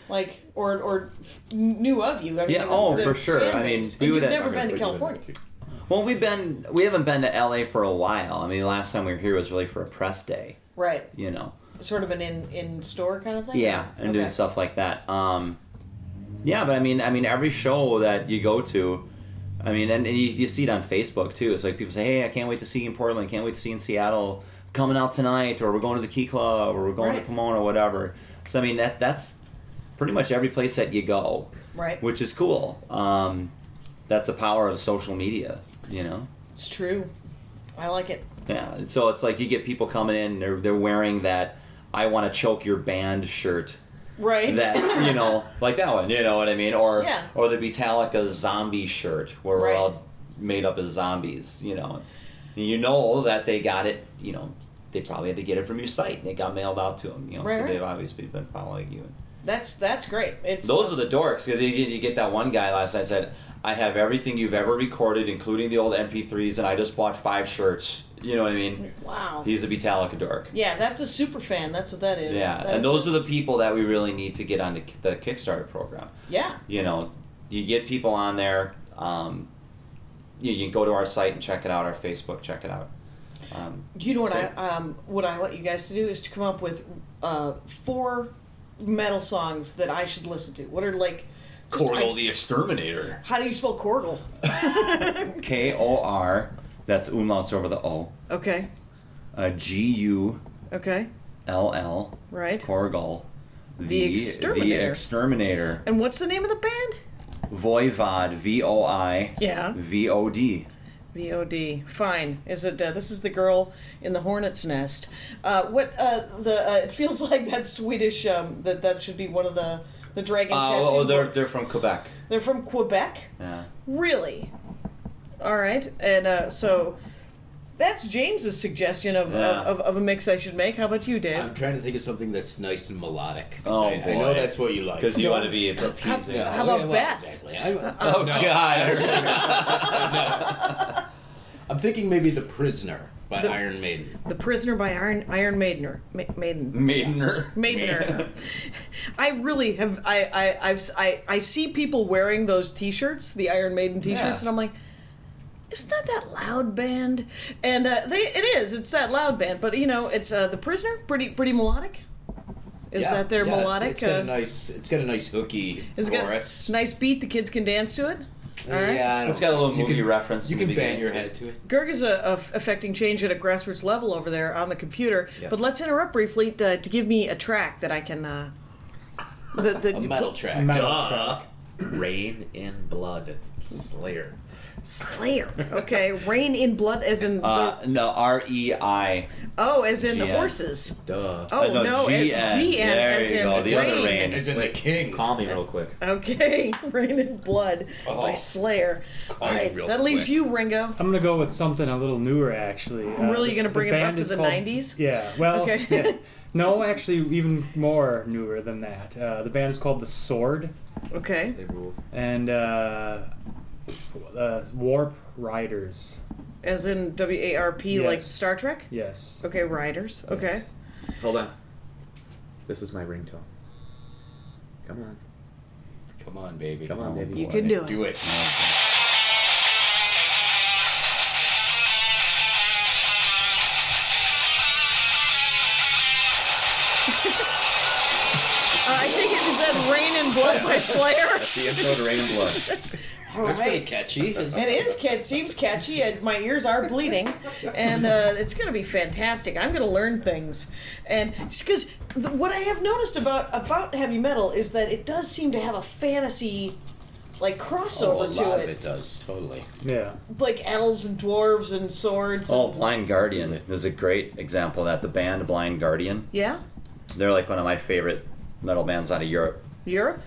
Like or or knew of you. I mean,
Yeah,
there was
oh,
the
for sure.
fan
I mean,
base.
we
And
would
you've
have-
never been to California.
Well, we've been we haven't been to LA for a while. I mean, last time we were here was really for a press day.
Right.
You know.
Sort of an in in store kind of thing.
Yeah, and doing
Okay.
stuff like that. Um, yeah, but I mean, I mean, every show that you go to, I mean, and, and you, you see it on Facebook too. It's like people say, "Hey, I can't wait to see you in Portland. Can't wait to see you in Seattle. Coming out tonight, or we're going to the Key Club, or we're going
Right.
to Pomona, whatever." So I mean, that that's pretty much every place that you go,
Right.
which is cool. Um, that's the power of social media, you know.
It's true. I like it.
Yeah, and so it's like you get people coming in, they're they're wearing that "I want to choke your band" shirt.
Right.
That you know, like that one. You know what I mean? Or
Yeah.
or the Metallica zombie shirt, where
Right.
we're all made up as zombies. You know, And you know that they got it. You know, they probably had to get it from your site. and It got mailed out to them. You know,
Right,
so
right.
they've obviously been following you.
that's that's great. It's
Those are the dorks. 'cause You you get that one guy last night said, "I have everything you've ever recorded, including the old MP3s, and I just bought five shirts." You know what I mean?
wow.
He's a Metallica dork.
yeah, that's a super fan. That's what that is.
Yeah,
That
and
is-
those are the people that we really need to get on the, the Kickstarter program.
yeah.
You know, you get people on there. Um, you, you can go to our site and check it out. Our Facebook, check it out. Um,
You know what I
It's
um, what I want you guys to do is to come up with uh, four metal songs that I should listen to. What are like? just- I-
the Exterminator.
how do you spell Cordal?
K O R. That's umlauts over the O.
Okay.
Uh, G U
Okay.
L L.
Right.
Torgal.
The Exterminator.
The exterminator.
And what's the name of the band?
Voivod. V O I.
Yeah.
V O D.
VOD. Fine. Is it? Uh, this is the girl in the hornet's nest. Uh, what? Uh, the. Uh, it feels like that Swedish. Um, that that should be one of the the dragon
Uh,
tattoo.
oh, they're,
books.
they're from Quebec.
They're from Quebec.
Yeah.
Really? All right. And uh, so that's James's suggestion of,
Yeah.
of, of a mix I should make. How about you,
I'm
Dave?
trying to think of something that's nice and melodic. 'cause
Oh,
I, I know
boy.
that's what you like.
Because you want to be appeasing.
Yeah,
How about
well,
Beth?
Exactly. I'm,
Oh
no,
God!
I'm thinking maybe The Prisoner by Iron Maiden.
The Prisoner by Iron Iron Maidener. Ma- Maiden.
Maidener.
Maidener. I really have. I I, I've, s- I I see people wearing those T-shirts, the Iron Maiden T-shirts,
Yeah.
and I'm like. Isn't that that loud band? And uh, they, it is. It's that loud band, but you know, it's uh, the prisoner. Pretty, pretty melodic. Is
Yeah,
that their
yeah, it's-
melodic?
It's got
uh,
a nice. It's got a nice hooky
It's got
chorus.
a nice beat. The kids can dance to it. All right.
Yeah, I don't
It's got a little
you
movie
can-
reference
You
in the
can
beginning,
bang your
too.
head to it.
Gerg is a, a f- affecting change at a grassroots level over there on the computer.
Yes.
But let's interrupt briefly to, to give me a track that I can. Uh, that, that,
A
Um,
metal track.
Duh. Rain in Blood. Slayer.
Slayer. Okay. Rain in blood, as in.
Uh,
the,
no, R E I.
oh, as in the
GN.
horses.
Duh.
Oh,
Uh, no,
no.
GN.
as- GN,
There
as
you
in
go, the other
rain.
rain.
As in the king.
Call me real quick.
Okay. Rain in blood by
Oh.
Slayer. All
me
right.
real
That leaves
quick.
you, Ringo.
I'm gonna go with something a little newer, actually. Uh,
Really
the-
gonna
the
bring it back
band
to
is
the
called-
90s?
Yeah. Well,
Okay.
Oh, yeah. no, actually, even more newer than that. Uh, the band's called The Sword,
Okay.
They rule.
and uh, uh, Warp Riders.
As in W A R P, like
Yes.
Star Trek.
Yes.
Okay. Riders. Okay.
Hold on. This is my ringtone. Come on.
Come on, baby.
Come on, baby.
You can do it.
Do it.
Uh, I think it said Rain and Blood by Slayer.
That's the intro to Rain in Blood.
All
That's pretty
right.
catchy. isn't
It
it?
is, it seems catchy, and my ears are bleeding, and uh, it's going to be fantastic. I'm going to learn things, and because what I have noticed about about heavy metal is that it does seem to have a fantasy, like
Oh, a
crossover
lot
to
of
it.
it does totally.
Yeah.
like elves and dwarves and swords.
Oh,
and-
Blind Guardian is a great example of that. The band Blind Guardian.
yeah,
They're like one of my favorite metal bands out of Europe.
Europe,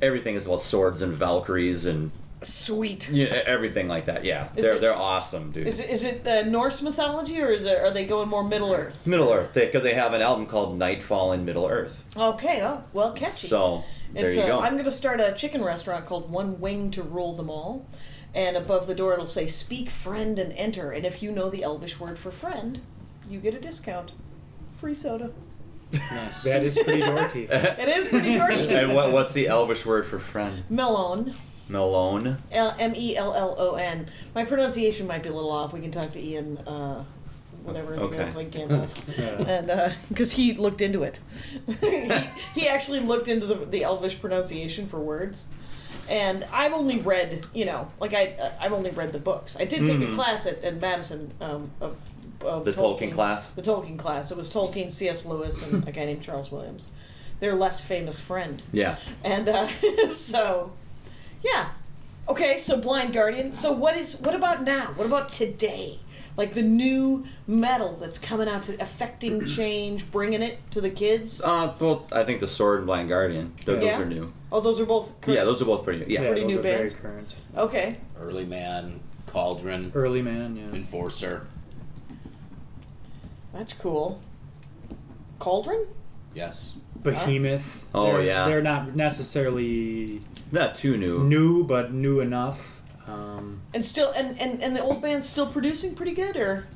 Everything is about swords and Valkyries and
sweet.
you know, e-, everything like that. Yeah,
Is
they're
it-
they're awesome, dude.
Is it, is it uh, Norse mythology or is it are they going more Middle Earth?
Middle Earth, because they, have an album called Nightfall in Middle Earth.
Okay, oh well, catchy.
So there
It's
you
a-
go.
I'm going to start a chicken restaurant called One Wing to Rule Them All. And above the door, it'll say, Speak friend and enter. And if you know the Elvish word for friend, you get a discount. Free soda.
That is pretty dorky.
It is pretty dorky.
and what what's the Elvish word for friend?
Melon.
Melone.
L- M E L L O N. My pronunciation might be a little off. We can talk to Ian, uh, whatever, you know,
Okay.
like Gandalf. and Because he looked into it. he, he actually looked into the, the Elvish pronunciation for words. And I've only read, you know, like I, uh, I've only read the books. I did take a class at, at Madison um, of, of
Hmm. The Tolkien class?
The Tolkien class. It was Tolkien, C.S. Lewis, and a guy named Charles Williams. Their less famous friend.
Yeah.
And uh, so, yeah. Okay, so Blind Guardian. So what is what about now? What about today? like the new metal that's coming out to affecting change, bringing it to the kids.
Uh, well, I think the Sword and Blind Guardian. Those,
Yeah.
those are new.
Oh, those are both. Current.
Yeah, those are both pretty new. Yeah.
yeah,
Pretty
those
new
are very
bands.
current.
Okay.
Early Man, Cauldron,
Early man, yeah.
Enforcer.
That's cool. Cauldron?
Yes.
Behemoth.
Oh,
They're-
yeah.
They're not necessarily
Not too new.
new, but new enough. Um,
And still and, and and the old band's still producing pretty good or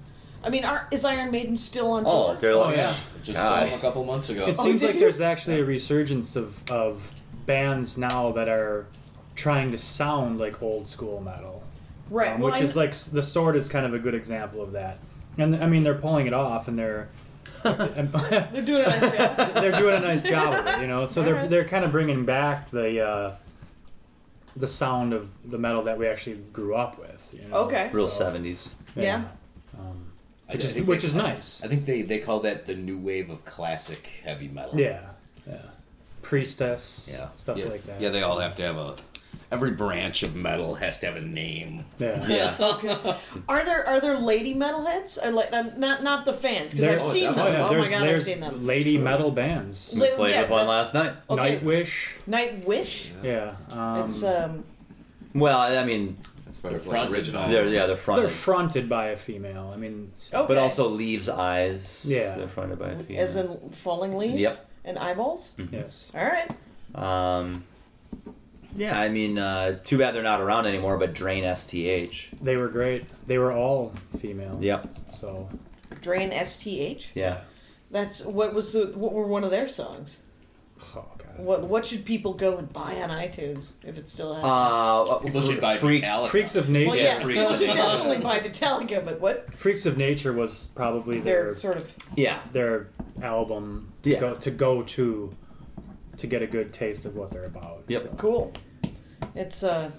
I mean, are, is Iron Maiden still on
Oh,
tour?
they're
Oh,
like,
yeah.
Just saw
God.
him a couple months ago.
It
Oh,
seems
did
like
you?
there's actually a resurgence of, of bands now that are trying to sound like old school metal,
right.
um,
well,
which
I'm-
is like s- the Sword is kind of a good example of that. And I mean, they're pulling it off, and they're
they're
they're
doing a nice job.
doing a nice job of it, you know. So they're
Alright.
they're kind of bringing back the uh, the sound of the metal that we actually grew up with. You know?
Okay.
real
So,
70s.
Yeah.
Um,
I-
which
I
is
think
which
they-
is nice.
I think they, they call that the new wave of classic heavy metal.
Yeah. Yeah. Priestess.
Yeah.
Stuff
yeah.
like that.
Yeah, they all have to have a. Every branch of metal has to have a name.
Yeah.
Yeah.
Are there are there lady metalheads? Are like I'm not not the fans because I've
There's-
seen
oh,
them.
yeah,
Oh, my
there's,
god, I've
there's
seen them.
lady metal bands.
we
Yeah,
played with one
that's-
last night.
Okay.
Nightwish.
Nightwish.
Yeah. Um,
it's um.
Well, I mean,
That's probably
They're fronted
original.
by-
they're yeah, they're
they're
fronted,
fronted by a female. I mean,
Okay.
but also leaves eyes.
Yeah.
they're fronted by a female.
as in falling leaves
Yep.
and eyeballs.
yes.
All right.
um, yeah, I mean, uh, too bad they're not around anymore. But Drain STH.
They were great. They were all female.
Yep.
So
Drain STH.
Yeah.
That's what was the what were one of their songs.
oh god.
What what should people go and buy on iTunes if it's still out?
Uh,
People should
fr-
buy
freaks.
Metallica.
Freaks of Nature.
well,
yeah,
yes,
Freaks
people
of
should
Nature.
definitely buy Metallica, but what
Freaks of Nature was probably
they're
their
sort of
Yeah.
their album to
Yeah.
go to go to to get a good taste of what they're about.
Yep.
so.
cool. It's uh.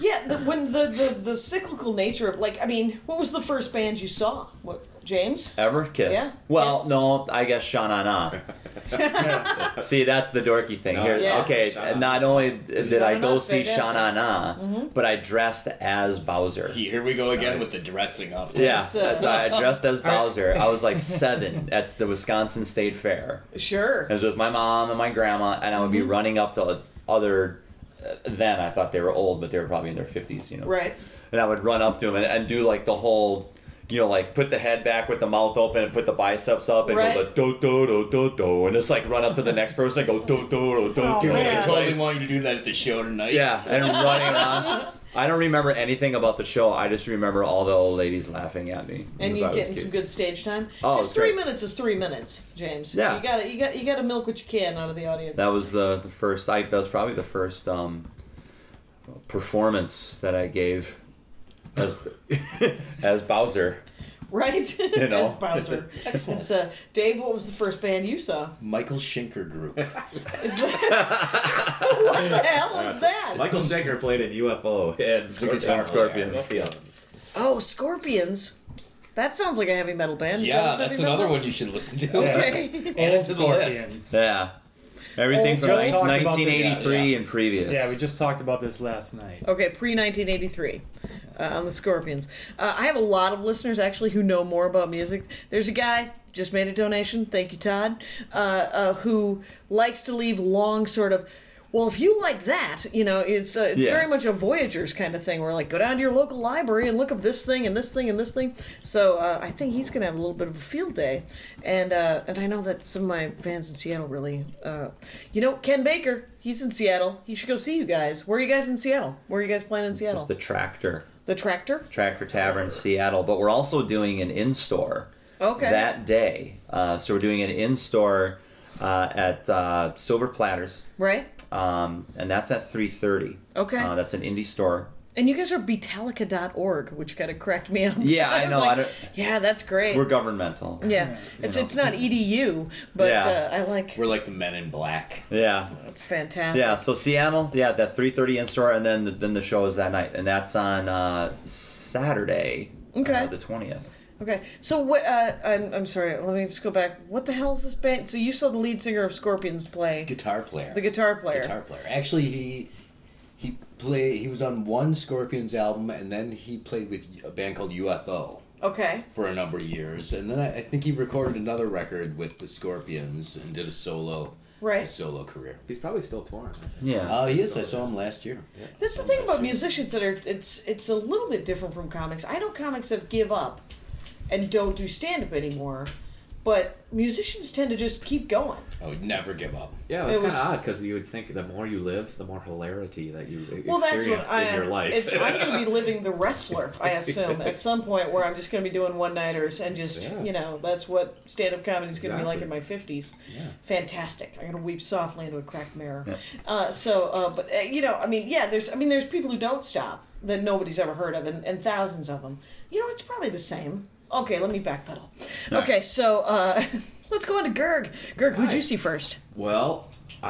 Yeah, the, when the, the the cyclical nature of like I mean, what was the first band you saw? What James?
Ever kiss?
Yeah.
Well,
Kiss.
no, I guess Sha Na Na. See, that's the dorky thing.
No,
Here,
yeah.
okay.
Sha Na Na.
Not only did I
Na
go
Na's
see
fantastic. Mm-hmm.
Sha Na Na, but I dressed as Bowser.
Here we go again
Nice.
with the dressing up.
Yeah,
That's, uh,
that's right. I dressed as
All right.
Bowser. I was like seven at the Wisconsin State Fair.
Sure.
I was with my mom and my grandma, and I would be
Mm-hmm.
running up to other. uh, Then I thought they were old, but they were probably in their fifties, you know.
Right.
And I would run up to them and, and do like the whole, you know, like put the head back with the mouth open and put the biceps up and
Right.
go like do do do do do, and just like run up to the next person, and go do do do do do.
Dude, I
Yeah.
totally want you to do that at the show tonight.
Yeah, and running around. I don't remember anything about the show. I just remember all the old ladies laughing at me.
and
I
you're
was
getting
cute.
some good stage time.
Oh,
Because
it's
three
great.
minutes is three minutes, James.
Yeah.
you got to you got you got to milk what you can out of the audience.
That was the, the first. I that was probably the first um, performance that I gave as as Bowser.
right?
know.
As Bowser. It's uh, Dave. What was the first band you saw?
Michael Schenker Group.
Is that what the hell is that?
Michael Schenker played in UFO and
guitar
Scorpions.
player.
Scorpions.
oh, Scorpions. That sounds like a heavy metal band. Is that
yeah,
a heavy
that's
metal
another
band?
one you should listen to.
Yeah.
Okay.
Old
to the list.
Scorpions.
Yeah, everything
Oh,
from
just
ni-
talked about this.
1983
Yeah, yeah.
and previous.
Yeah, we just talked about this last night.
Okay, pre 1983 uh, on the Scorpions. Uh, I have a lot of listeners actually who know more about music. There's a guy just made a donation. Thank you, Todd. Uh, uh, who likes to leave long sort of. Well, if you like that, you know, it's uh, it's
Yeah.
very much a Voyagers kind of thing. Where like go down to your local library and look up this thing and this thing and this thing. So uh, I think he's going to have a little bit of a field day, and uh, and I know that some of my fans in Seattle really, uh, you know, Ken Baker, he's in Seattle. He should go see you guys. Where are you guys in Seattle? Where are you guys playing in Seattle?
the tractor
The tractor.
tractor tavern Seattle, but we're also doing an in store.
Okay.
That day, uh, so we're doing an in store uh, at uh, Silver Platters,
Right.
um, and that's at 3:30.
Okay.
uh, that's an indie store.
And you guys are Beatalica.org, which kind of cracked me up.
Yeah, I
was
know, I
like,
don't-
yeah, that's great.
We're governmental.
yeah, it's it's not edu, but
Yeah.
uh, I like
We're like the men in black.
Yeah.
it's fantastic.
Yeah, so Seattle, yeah, that three thirty in store, and then the, then the show is that night, and that's on uh, Saturday,
Okay.
uh, the twentieth.
Okay, so what? Uh, I'm I'm sorry. Let me just go back. What the hell is this band? So you saw the lead singer of Scorpions play
Guitar player.
the guitar player.
Guitar player. Actually, he he play. He was on one Scorpions album, and then he played with a band called UFO
Okay.
for a number of years, and then I, I think he recorded another record with the Scorpions and did a solo a
Right.
solo career.
He's probably still touring.
Yeah.
Oh, yes, I saw him last year.
That's the thing about musicians that are it's it's a little bit different from comics. I know comics that give up and don't do stand up anymore, but musicians tend to just keep going.
I would never give up.
Yeah, it's
It
kind of
was-
odd because you would think the more you live, the more hilarity that you experience
Well, that's what I
in your life.
It's, I'm going to be living the wrestler, I assume, at some point where I'm just going to be doing one nighters and just
Yeah.
you know that's what stand up comedy is going to be like in my fifties.
Yeah.
Fantastic! I'm going to weep softly into a cracked mirror. Uh, so, uh, but uh, you know, I mean, yeah, there's I mean, there's people who don't stop that nobody's ever heard of, and, and thousands of them. You know, it's probably the same. Okay, let me backpedal. Okay, so uh, let's go on to Gerg. Gerg, who'd you see first?
Well,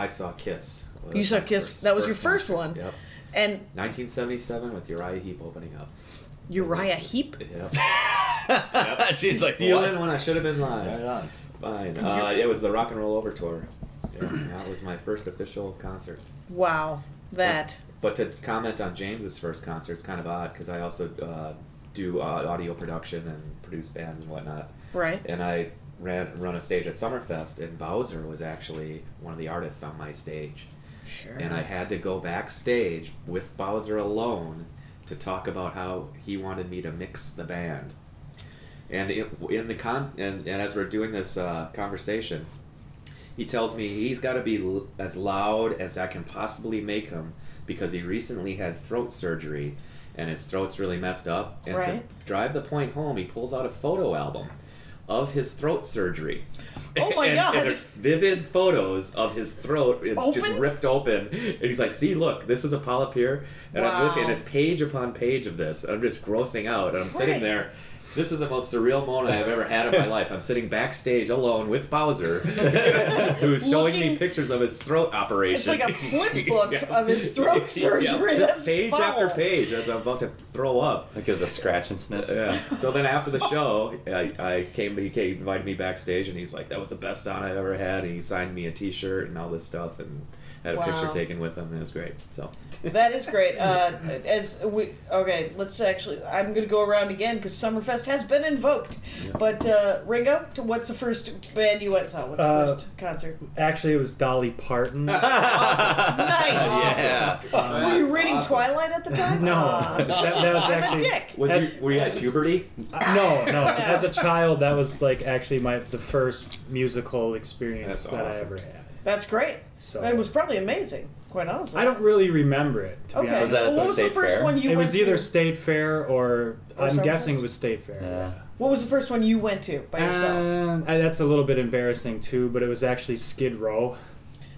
I saw Kiss. That
You
was
saw
my
Kiss. That was your first one.
concert. Yep.
And
1977 with Uriah Heep opening up.
Uriah Heep.
Yep.
She's like,
Stealing when I should have been live.
Right on.
Fine. Uh, it was the Rock and Roll Over tour. Yeah, that was my first official concert.
Wow, that.
But to comment on James's first concert, it's kind of odd because I also uh, do uh, audio production and produce bands and whatnot.
Right.
And I ran run a stage at Summerfest, and Bowser was actually one of the artists on my stage.
Sure.
And I had to go backstage with Bowser alone to talk about how he wanted me to mix the band. And it, in the con, and, and as we're doing this uh, conversation, he tells me he's got to be l- as loud as I can possibly make him because he recently had throat surgery and his throat's really messed up. And
Right.
to drive the point home, he pulls out a photo album of his throat surgery.
Oh my
and,
God.
And there's vivid photos of his throat it just
Open?
ripped open. And he's like, "See, look, this is a polyp here." And I'm looking, and
Wow.
it's page upon page of this. And I'm just grossing out. And I'm sitting
Right.
there. This is the most surreal moment I've ever had in my life. I'm sitting backstage alone with Bowser, who's showing me
Looking-
pictures of his throat operation.
It's like a flip book of his throat surgery.
Just
That's
page after
foul.
page as I'm about to throw up.
That gives a scratch and sniff.
Yeah. So then after the show, I, I came. He came, invited me backstage, and he's like, "That was the best sound I ever had." And he signed me a T-shirt and all this stuff, and had a
Wow.
picture taken with him. And it was great. So
That is great. Uh, as we okay, let's actually. I'm gonna go around again because Summerfest has been invoked. But uh, Ringo, to- what's the first band you went and saw? What's the
Uh,
first concert?
Actually, it was Dolly Parton.
Nice.
Yeah.
Were you reading Twilight at the time?
No,
Ah,
that, that was
I'm
actually
a dick.
Was
That's-
you, were you at puberty?
Uh, no, no. As a child, that was like actually my the first musical experience
That's
that I
awesome.
ever had.
That's great.
So
It was probably amazing. Quite honestly.
I don't really remember it. To be
Okay.
honest.
that at
well,
the
what was the
state
first
fair?
one you
it
went
was either
to?
state fair or, I'm
something
guessing
else?
it was state fair.
Yeah.
What was the first one you went to by yourself?
And I- that's a little bit embarrassing too, but it was actually Skid Row.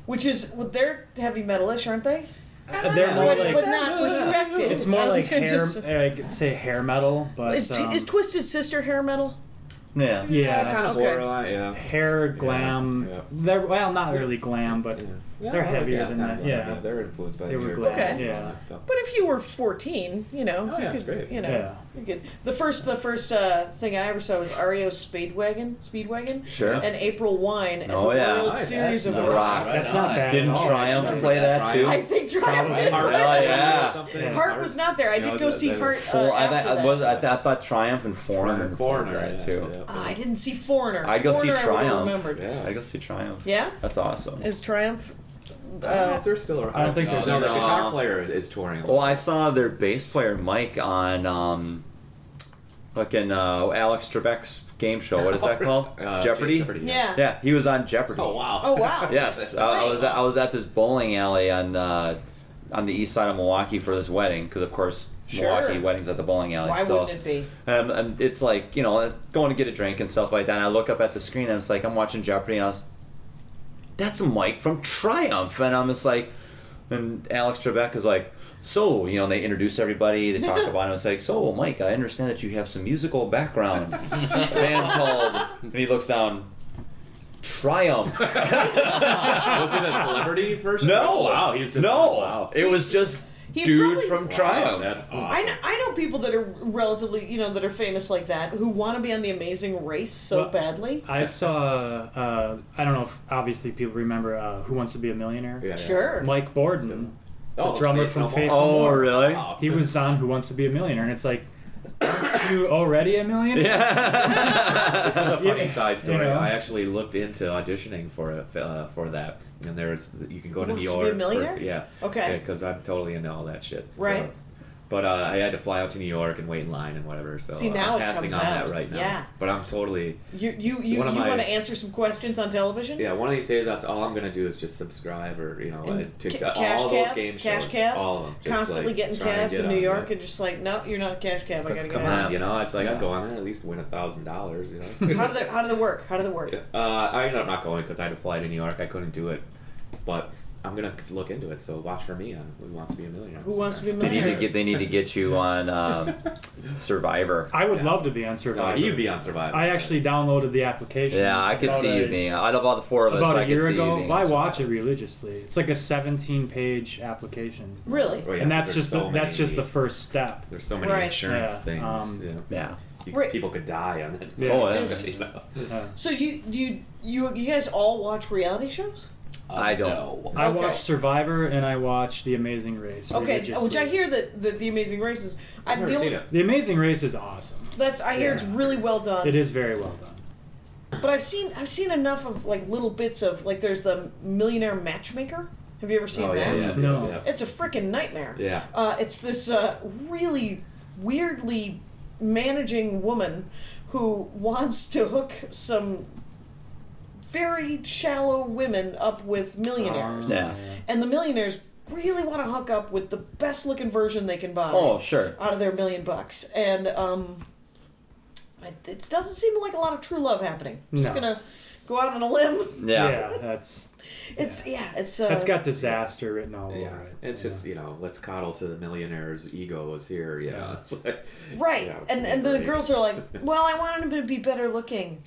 Which is well, they're heavy metalish, aren't they?
Uh, They're more
Ah, but,
like
but not respected.
it's more like hair.
Just-
I could say hair metal, but
is,
um,
is Twisted Sister hair metal?
Yeah.
yeah,
kind of
so-
Borderline, yeah.
hair glam.
yeah.
They're well, not really glam, but
Yeah.
they're
Yeah,
heavier
yeah,
than
kind
that.
of,
Yeah.
they're influenced by
They were
Peter
glam,
Pan and
yeah.
all that stuff.
But if you were 14, you know,
Oh, yeah,
you
it's great.
you know,
Yeah.
you could. The first, the first uh, thing I ever saw was Ario Speedwagon, Speedwagon,
Sure.
and April Wine at
Oh,
the
yeah.
World
Nice.
Series
That's
of
nice.
Rock.
Right
That's not
on.
bad.
Didn't
Oh,
at all,
Triumph
actually.
play that too?
I think Triumph did.
E
Hart-
Hart,
Oh, yeah.
Something.
Yeah.
Hart was not there. I
Yeah,
did
was
go
that-
see
that
Hart.
was-
For,
uh,
I,
after
thought, I,
that.
was, I, thought, I thought Triumph and Foreigner played
Foreigner,
that
yeah,
too.
yeah.
Ah, I didn't see Foreigner.
I go see
Foreigner I would've
Triumph.
remembered.
Yeah.
I go see Triumph.
Yeah,
That's awesome.
is Triumph?
I don't know
Uh,
if they're still around.
I don't think
no,
there's-
Oh, no, the
No.
guitar player is touring.
Oh,
Well, I saw their bass player Mike on um, fucking uh, Alex Trebek's game show. What is that called?
Uh,
Jeopardy.
Jeopardy.
yeah.
Yeah, he was on Jeopardy.
Oh wow.
Oh wow.
Yes, Uh, I, I was at, I was at this bowling alley on uh, on the east side of Milwaukee for this wedding because of course
Sure.
Milwaukee weddings at the bowling alley.
Why
so
wouldn't it be?
And, I'm- Um, and it's like you know going to get a drink and stuff like that. And I look up at the screen. and I'm just like I'm watching Jeopardy. And I was, that's Mike from Triumph, and I'm just like, and Alex Trebek is like, so you know they introduce everybody, they talk about it. And it's like, so Mike, I understand that you have some musical background. A band called, and he looks down. Triumph.
was it a celebrity version?
No.
Wow. He was just
no.
Wow.
It was just
He
dude
probably-
from
Wow,
Wow,
Triumph.
That's awesome.
I know, I know people that are relatively, you know, that are famous like that who want to be on The Amazing Race so
Well,
badly.
I saw. Uh, I don't know if obviously people remember uh, Who Wants to Be a Millionaire.
Yeah, yeah.
Sure.
Mike Borden
Oh,
drummer
Faith
from
No
Faith
More.
No
Oh,
More.
really?
Wow.
He was on Who Wants to Be a Millionaire, and it's like, aren't you already a millionaire?
This is a
Yeah.
funny side story.
Yeah.
I actually looked into auditioning for it, uh, for that, and there's you can go to
Wants to be
New
a
York. for-
millionaire?
yeah.
Okay.
Because I'm totally into all that shit. so-
Right.
But uh, I had to fly out to New York and wait in line and whatever. So
See, now
I'm
it
passing
comes
on
out.
that right now.
Yeah.
But I'm totally
You you you, you
One of my-
want to answer some questions on television?
yeah. One of these days, that's all I'm gonna do is just subscribe or you know
And
uh, to
ca-
all
cash
those
cab,
game
cash
shows,
cab,
all of them, just,
Constantly
like,
getting
try and
cabs
get
in New
on,
York
yeah.
and just like, no, you're not a cash cab. I gotta get
Come
out.
on, you know, it's like I'd go on there and at least win a thousand dollars. You know.
How do they how do they work? How do they work?
Uh, I ended up not going because I had to fly to New York. I couldn't do it, but I'm gonna look into it. So watch for me on Who Wants to Be a Millionaire.
Who wants to be a
They need to
millionaire?
get. They need to get you on um, Survivor.
I would
Yeah.
love to be on
No,
Survivor.
you'd be on Survivor.
I actually downloaded the application.
Yeah, I could
about
see
a-
you being out of all the four of us.
About
I
a
could
year
see you
ago,
being
I
on
watch it
Survivor.
religiously. It's like a 17-page application,
Really?
Oh, yeah,
and that's
there's
just
so
the, that's
many-
just the first step.
There's so many
Right.
insurance
Yeah,
things.
um,
you know.
Yeah.
You-
Right.
People could die on that.
Yeah.
Oh, yeah.
You know?
Uh,
So you you you you guys all watch reality shows?
Uh,
I don't.
no.
I
Okay.
watch Survivor and I watch The Amazing Race.
Okay,
religiously.
which I hear that the, the Amazing Race is. I,
I've never
the only-
seen it.
The Amazing Race is awesome.
That's I hear it's
Yeah.
really well done.
It is very well done.
But I've seen I've seen enough of like little bits of like there's the Millionaire Matchmaker. Have you ever seen
Oh, yeah,
that?
yeah,
No.
Yeah.
It's a freaking nightmare.
Yeah.
Uh, it's this uh, really weirdly managing woman who wants to hook some very shallow women up with millionaires.
Yeah.
And the millionaires really want to hook up with the best looking version they can buy
Oh, sure.
out of their million bucks. And um, I- it doesn't seem like a lot of true love happening. I'm Just
No.
gonna go out on a limb.
Yeah.
that's
It's yeah, it's uh,
that's got disaster written all
Yeah.
over it.
It's just you know, let's coddle to the millionaire's egos here. You know, it's like
right.
yeah,
and and the
right.
girls are like, well, I wanted him to be better looking.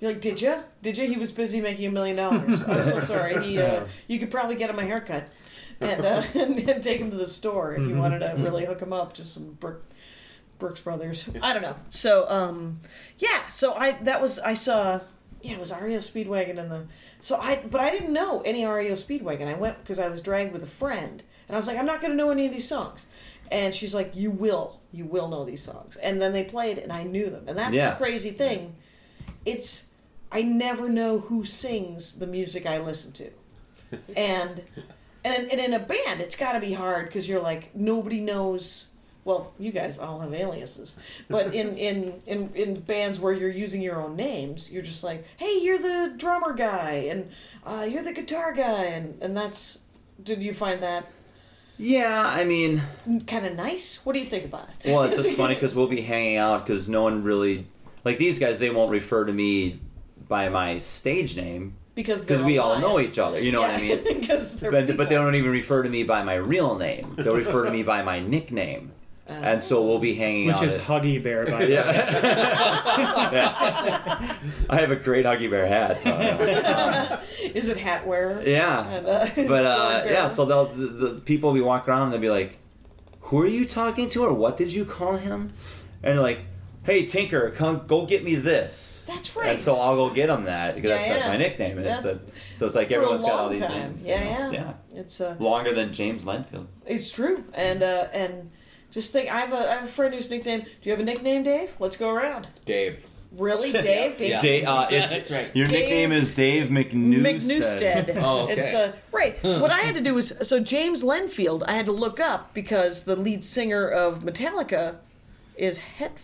You're like, did you? Did you? He was busy making a million dollars. I'm so sorry. He, uh, you could probably get him a haircut, and, uh, and and take him to the store if you wanted to really hook him up. Just some brick Brooks Brothers. I don't know. So um, yeah. So I that was I saw yeah it was REO Speedwagon and the so I but I didn't know any REO Speedwagon. I went because I was dragged with a friend and I was like I'm not gonna know any of these songs, and she's like you will you will know these songs and then they played and I knew them and that's
Yeah.
the crazy thing. It's I never know who sings the music I listen to, and. And in, and in a band, it's got to be hard because you're like nobody knows. Well, you guys all have aliases, but in, in in in bands where you're using your own names, you're just like, hey, you're the drummer guy, and uh, you're the guitar guy, and and that's. Did you find that
Yeah, I mean,
kind of nice? What do you think about it?
well, it's just funny because we'll be hanging out because no one really like these guys. They won't refer to me by my stage name
because
because
they're
we all
alive.
know each other. You know what I mean?
because they're
But, but they
people.
don't even refer to me by my real name. They'll refer to me by my nickname, and so we'll be hanging
Which
out.
is
at-
Huggy Bear by the way.
yeah. Yeah. I have a great Huggy Bear hat. Uh,
Is it hat wearer?
yeah.
And, uh,
but uh,
sword
yeah,
bearer?
so they'll, the, the people will be walking around and they'll be like, "Who are you talking to, or what did you call him?" And they're like, "Hey, Tinker, come go get me this."
That's right.
And so I'll go get him that because
Yeah,
that's like
yeah.
my nickname. And it's
That's-
a- so it's like
For a
everyone's got all
long
these
time.
names. you
Yeah,
know?
yeah,
yeah.
It's uh,
Longer than James Lenfield.
It's true, and uh, and just think, I have a I have a friend whose nickname. Do you have a nickname, Dave? Let's go around.
Dave.
Really, Dave? Dave
Yeah.
Dave, uh, it's,
That's right.
Your
Dave
nickname is Dave McNewstead.
McNewstead.
Oh, okay.
It's uh, right. what I had to do was so James Lenfield. I had to look up because the lead singer of Metallica is Het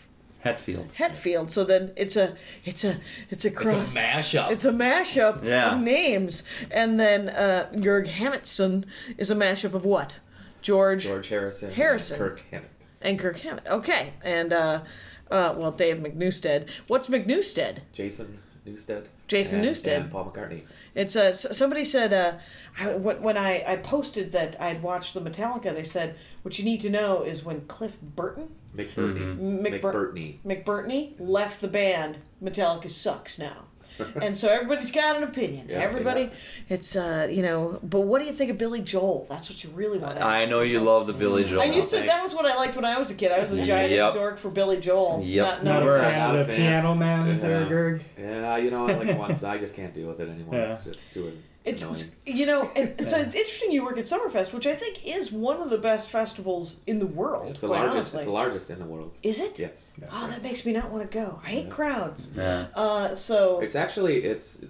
Hetfield.
Hetfield. So then it's a it's a it's a cross.
It's a mashup.
It's a mashup
Yeah.
of names, and then uh, Jörg Hammetson is a mashup of what? George,
George Harrison, and
Harrison.
Kirk Hammett.
And Kirk Hammett. Okay. And, uh, uh, well, Dave McNewstead. What's McNewstead?
Jason Newstead.
Jason
and,
Newstead.
And Paul McCartney.
It's uh, s- somebody said uh, I, when, when I, I posted that I had watched the Metallica, they said, what you need to know is when Cliff Burton,
McBurney.
McBur-
McBurney.
McBurtney, left the band, Metallica sucks now. and so everybody's got an opinion.
Yeah,
Everybody,
yeah.
it's, uh, you know, but what do you think of Billy Joel? That's what you really want to
I know you love the Billy Joel.
I used to. That
Thanks.
was what I liked when I was a kid. I was a giant
Yep.
dork for Billy Joel.
Yep.
Not,
Not
not
a
We're
fan
not a
of the
fan.
Piano Man
Yeah.
there, Gerg.
Yeah, you know, like once I just can't deal with it anymore.
Yeah.
It's just too
It's, it's-
Annoying.
you know, and, and so it's interesting you work at Summerfest, which I think is one of the best festivals in the world.
It's the
quite
largest.
honestly.
It's the largest in the world.
Is it?
Yes.
Oh, that makes me not want to go. I hate crowds.
Yeah.
Uh, so
Mm-hmm. It's actually it's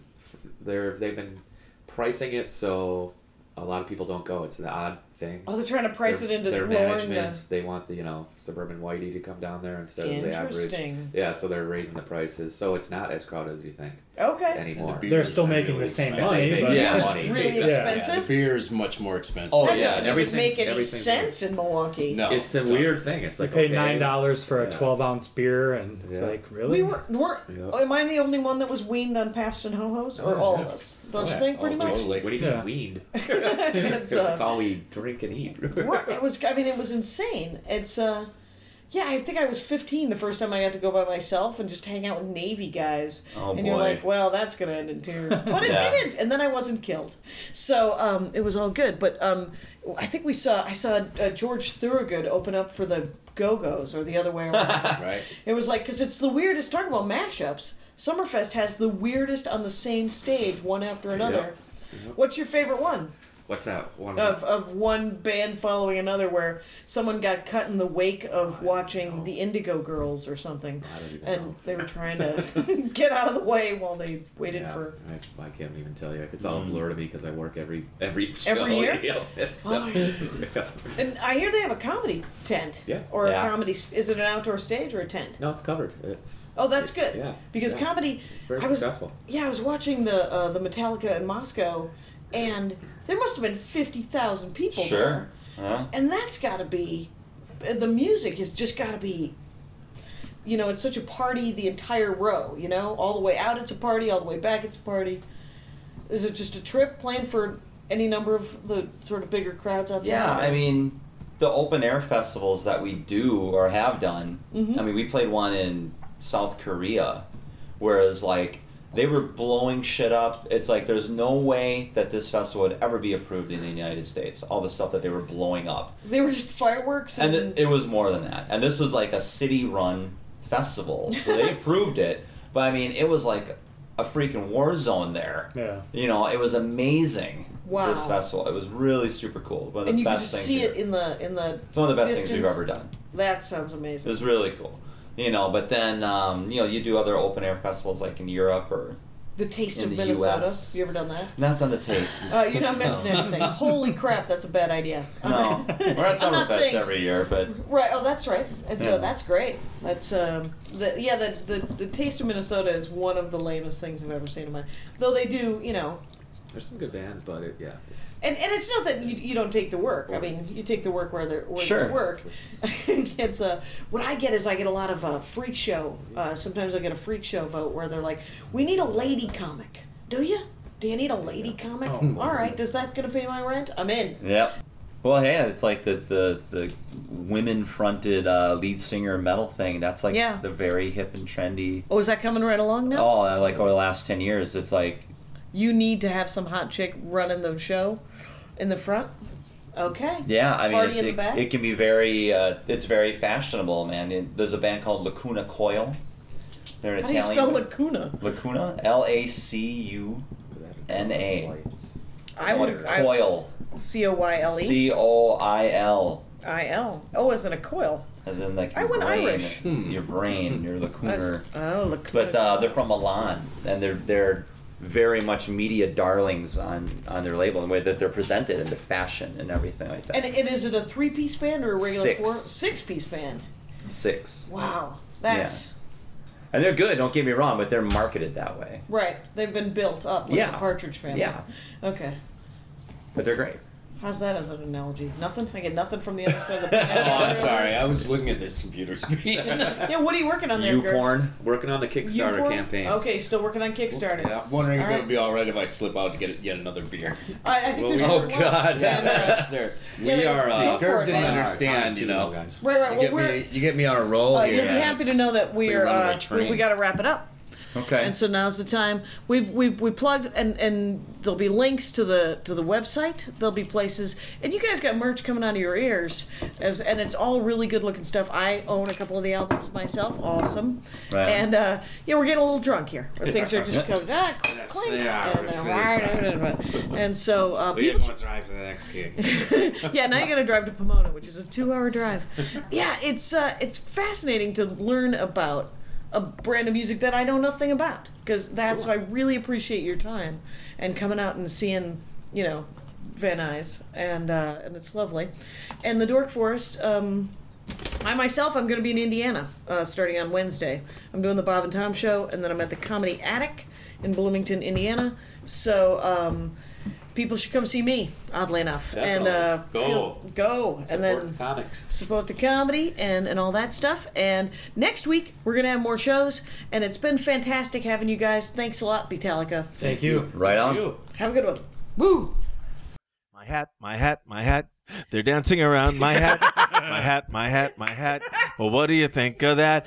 they're they've been pricing it so a lot of people don't go. It's an odd thing.
oh, they're trying to price
their,
it into
their
lowering
management. They want the you know suburban whitey to come down there instead
the.
of the average.
Interesting.
Yeah, so they're raising the prices, so it's not as crowded as you think
Okay.
anymore.
beer
They're
is
still making
really
the same
expensive.
money.
They
But
make
Yeah,
money.
it's really
Yeah.
Yeah, the
expensive.
beer is much more expensive.
Oh,
that
yeah,
doesn't
and
even
everything's-
make any
everything's-
sense in Milwaukee.
No,
It's a
it doesn't.
weird thing. It's
You
like
pay
okay,
nine dollars for a
Yeah.
twelve ounce beer, and it's
Yeah.
like really.
We were, were
Yeah.
am I the only one that was weaned on Pabst and Ho-Ho's? Or all of
yeah.
us? Don't
Yeah,
you think, pretty
oh,
much?
totally.
What do you mean
Yeah.
weed?
It's,
it's,
uh,
all we drink and eat.
Right, it was. I mean, it was insane. It's. uh Yeah, I think I was 15 the first time I got to go by myself and just hang out with Navy guys.
Oh,
and you're
boy.
like, well, that's gonna end in tears, but it
Yeah.
didn't. And then I wasn't killed, so um, it was all good. But um, I think we saw. I saw uh, George Thorogood open up for the Go Go's or the other way around.
right?
It was like because it's the weirdest. Talking about mashups, Summerfest has the weirdest on the same stage, one after another. What's your favorite one
What's that one?
of of one band following another, where someone got cut in the wake of watching
know.
the Indigo Girls or something,
I don't even
and
know.
they were trying to get out of the way while they waited
Yeah,
for.
I, I can't even tell you. It's
Mm.
all a blur to me because I work every every show.
year?
you know, it's,
Oh,
uh,
And I hear they have a comedy tent.
Yeah.
Or
Yeah.
a comedy. s- Is it an outdoor stage or a tent?
no, it's covered. It's
Oh, that's good.
Yeah,
Because
yeah.
comedy.
it's very
I was
successful.
Yeah, I was watching the uh, the Metallica in Moscow, and there must have been fifty thousand people
Sure.
there,
Huh?
and that's got to be the music has just got to be. You know, it's such a party the entire row. You know, all the way out it's a party, all the way back it's a party. Is it just a trip planned for any number of the sort of bigger crowds outside?
Yeah, I mean, the open air festivals that we do or have done.
Mm-hmm.
I mean, we played one in South Korea, whereas like they were blowing shit up. It's like there's no way that this festival would ever be approved in the United States. All the stuff that they were blowing up,
they were just fireworks
and
and,
th- it was more than that. And this was like a city-run festival, so they approved it. But I mean, it was like a freaking war zone there.
Yeah.
You know, it was amazing.
Wow.
This festival, it was really super cool. One of the
and you could
best
just
things
see
we
it
did.
in the in the.
It's one of the best things we've
distance.
ever done.
That sounds
It
amazing.
was really cool. You know, but then um, you know you do other open air festivals like in Europe or
The taste
in
of
the
Minnesota.
US.
Have you ever done that?
not done the taste.
Uh, you're not missing anything. Holy crap, that's a bad idea.
No, we're at
I'm not
Summerfest
saying-
every year, but
Right. Oh, that's right. And so
Yeah.
that's great. That's um, the, yeah. The, the the taste of Minnesota is one of the lamest things I've ever seen in my. Though they do, you know,
There's some good bands, but it, yeah, it's
and, and it's not that you, you don't take the work. I mean, you take the work where there where
Sure.
there's work. it's uh, what I get is I get a lot of uh, freak show. Uh, sometimes I get a freak show vote where they're like, "We need a lady comic. Do you? Do you need a lady comic? All right. Does that gonna pay my rent? I'm in."
yep. Well, hey, it's like the the, the women fronted uh, lead singer metal thing. That's like
Yeah.
the very hip and trendy.
Oh, is that coming right along now?
Oh, like over the last ten years, it's like
You need to have some hot chick running the show in the front. Okay.
Yeah, I mean,
Party
it,
in the
it-
back?
it can be very. Uh, it's very fashionable, man. It- there's a band called Lacuna Coil. They're an
How do you
Italian.
spell lacuna?
Lacuna, L A C U N-A.
I would
Coil.
C O Y L E
C O I L.
I L. Oh, as in a coil.
As in like
I
your
went
brain,
Irish.
your brain, your lacunar.
That's- oh, lacuna.
But uh, they're from Milan, and they're they're very much media darlings on on their label and the way that they're presented and the fashion and everything like that.
and, and is it a three-piece band or a regular
Six.
four? Six-piece band.
Six,
Wow, that's
and they're good. Don't get me wrong, but they're marketed that way.
right. They've been built up like
Yeah.
a partridge family.
Yeah,
Okay.
but they're great.
How's that as an analogy? Nothing. I get nothing from the other side of the.
Oh, I'm sorry. I was looking at this computer screen.
Yeah, what are you working on there, Gert?
Unicorn.
Working on the Kickstarter
Unicorn?
campaign.
Okay, still working on Kickstarter.
Yeah.
I'm wondering if
All
it would be all right if I slip out to get yet another beer.
I, I think
Well,
there's
we-
more
Oh,
left.
God.
Yeah, right.
Sir,
Yeah,
we
they-
are.
go
Uh,
for it,
Kirk didn't
man.
understand, you know.
guys.
Right, right.
You
Well,
get
uh, we're
me, you get me on a roll
uh,
here.
you'll be happy to know that
like
we're
running my
uh, we,
train.
we got to wrap it up.
Okay.
And so now's the time. We've we've we plugged and and there'll be links to the to the website. There'll be places and you guys got merch coming out of your ears as and it's all really good looking stuff. I own a couple of the albums myself. Awesome.
Right on.
And uh, yeah, we're getting a little drunk here. Things are just going ah,
Yes,
clink,
they are.
and,
We're
then- and so uh,
We
people
didn't want to drive to the next gig.
yeah, now you got to drive to Pomona, which is a two-hour drive. Yeah, it's uh, it's fascinating to learn about a brand of music that I know nothing about because that's why I really appreciate your time and coming out and seeing you know Van Nuys and uh, and it's lovely, and the Dork Forest. Um, I myself, I'm going to be in Indiana uh, starting on Wednesday. I'm doing the Bob and Tom show, and then I'm at the Comedy Attic in Bloomington, Indiana. So um, people should come see me. Oddly enough, and uh,
Definitely. Go.
feel- go, and
Support
then
comics.
support the comedy and, and all that stuff. And next week we're gonna have more shows, and it's been fantastic having you guys. Thanks a lot, Beatalica.
Thank you.
Right on.
You.
Have a good one.
My hat, my hat, my hat. They're dancing around my hat, my hat, my hat, my hat. Well, what do you think of that?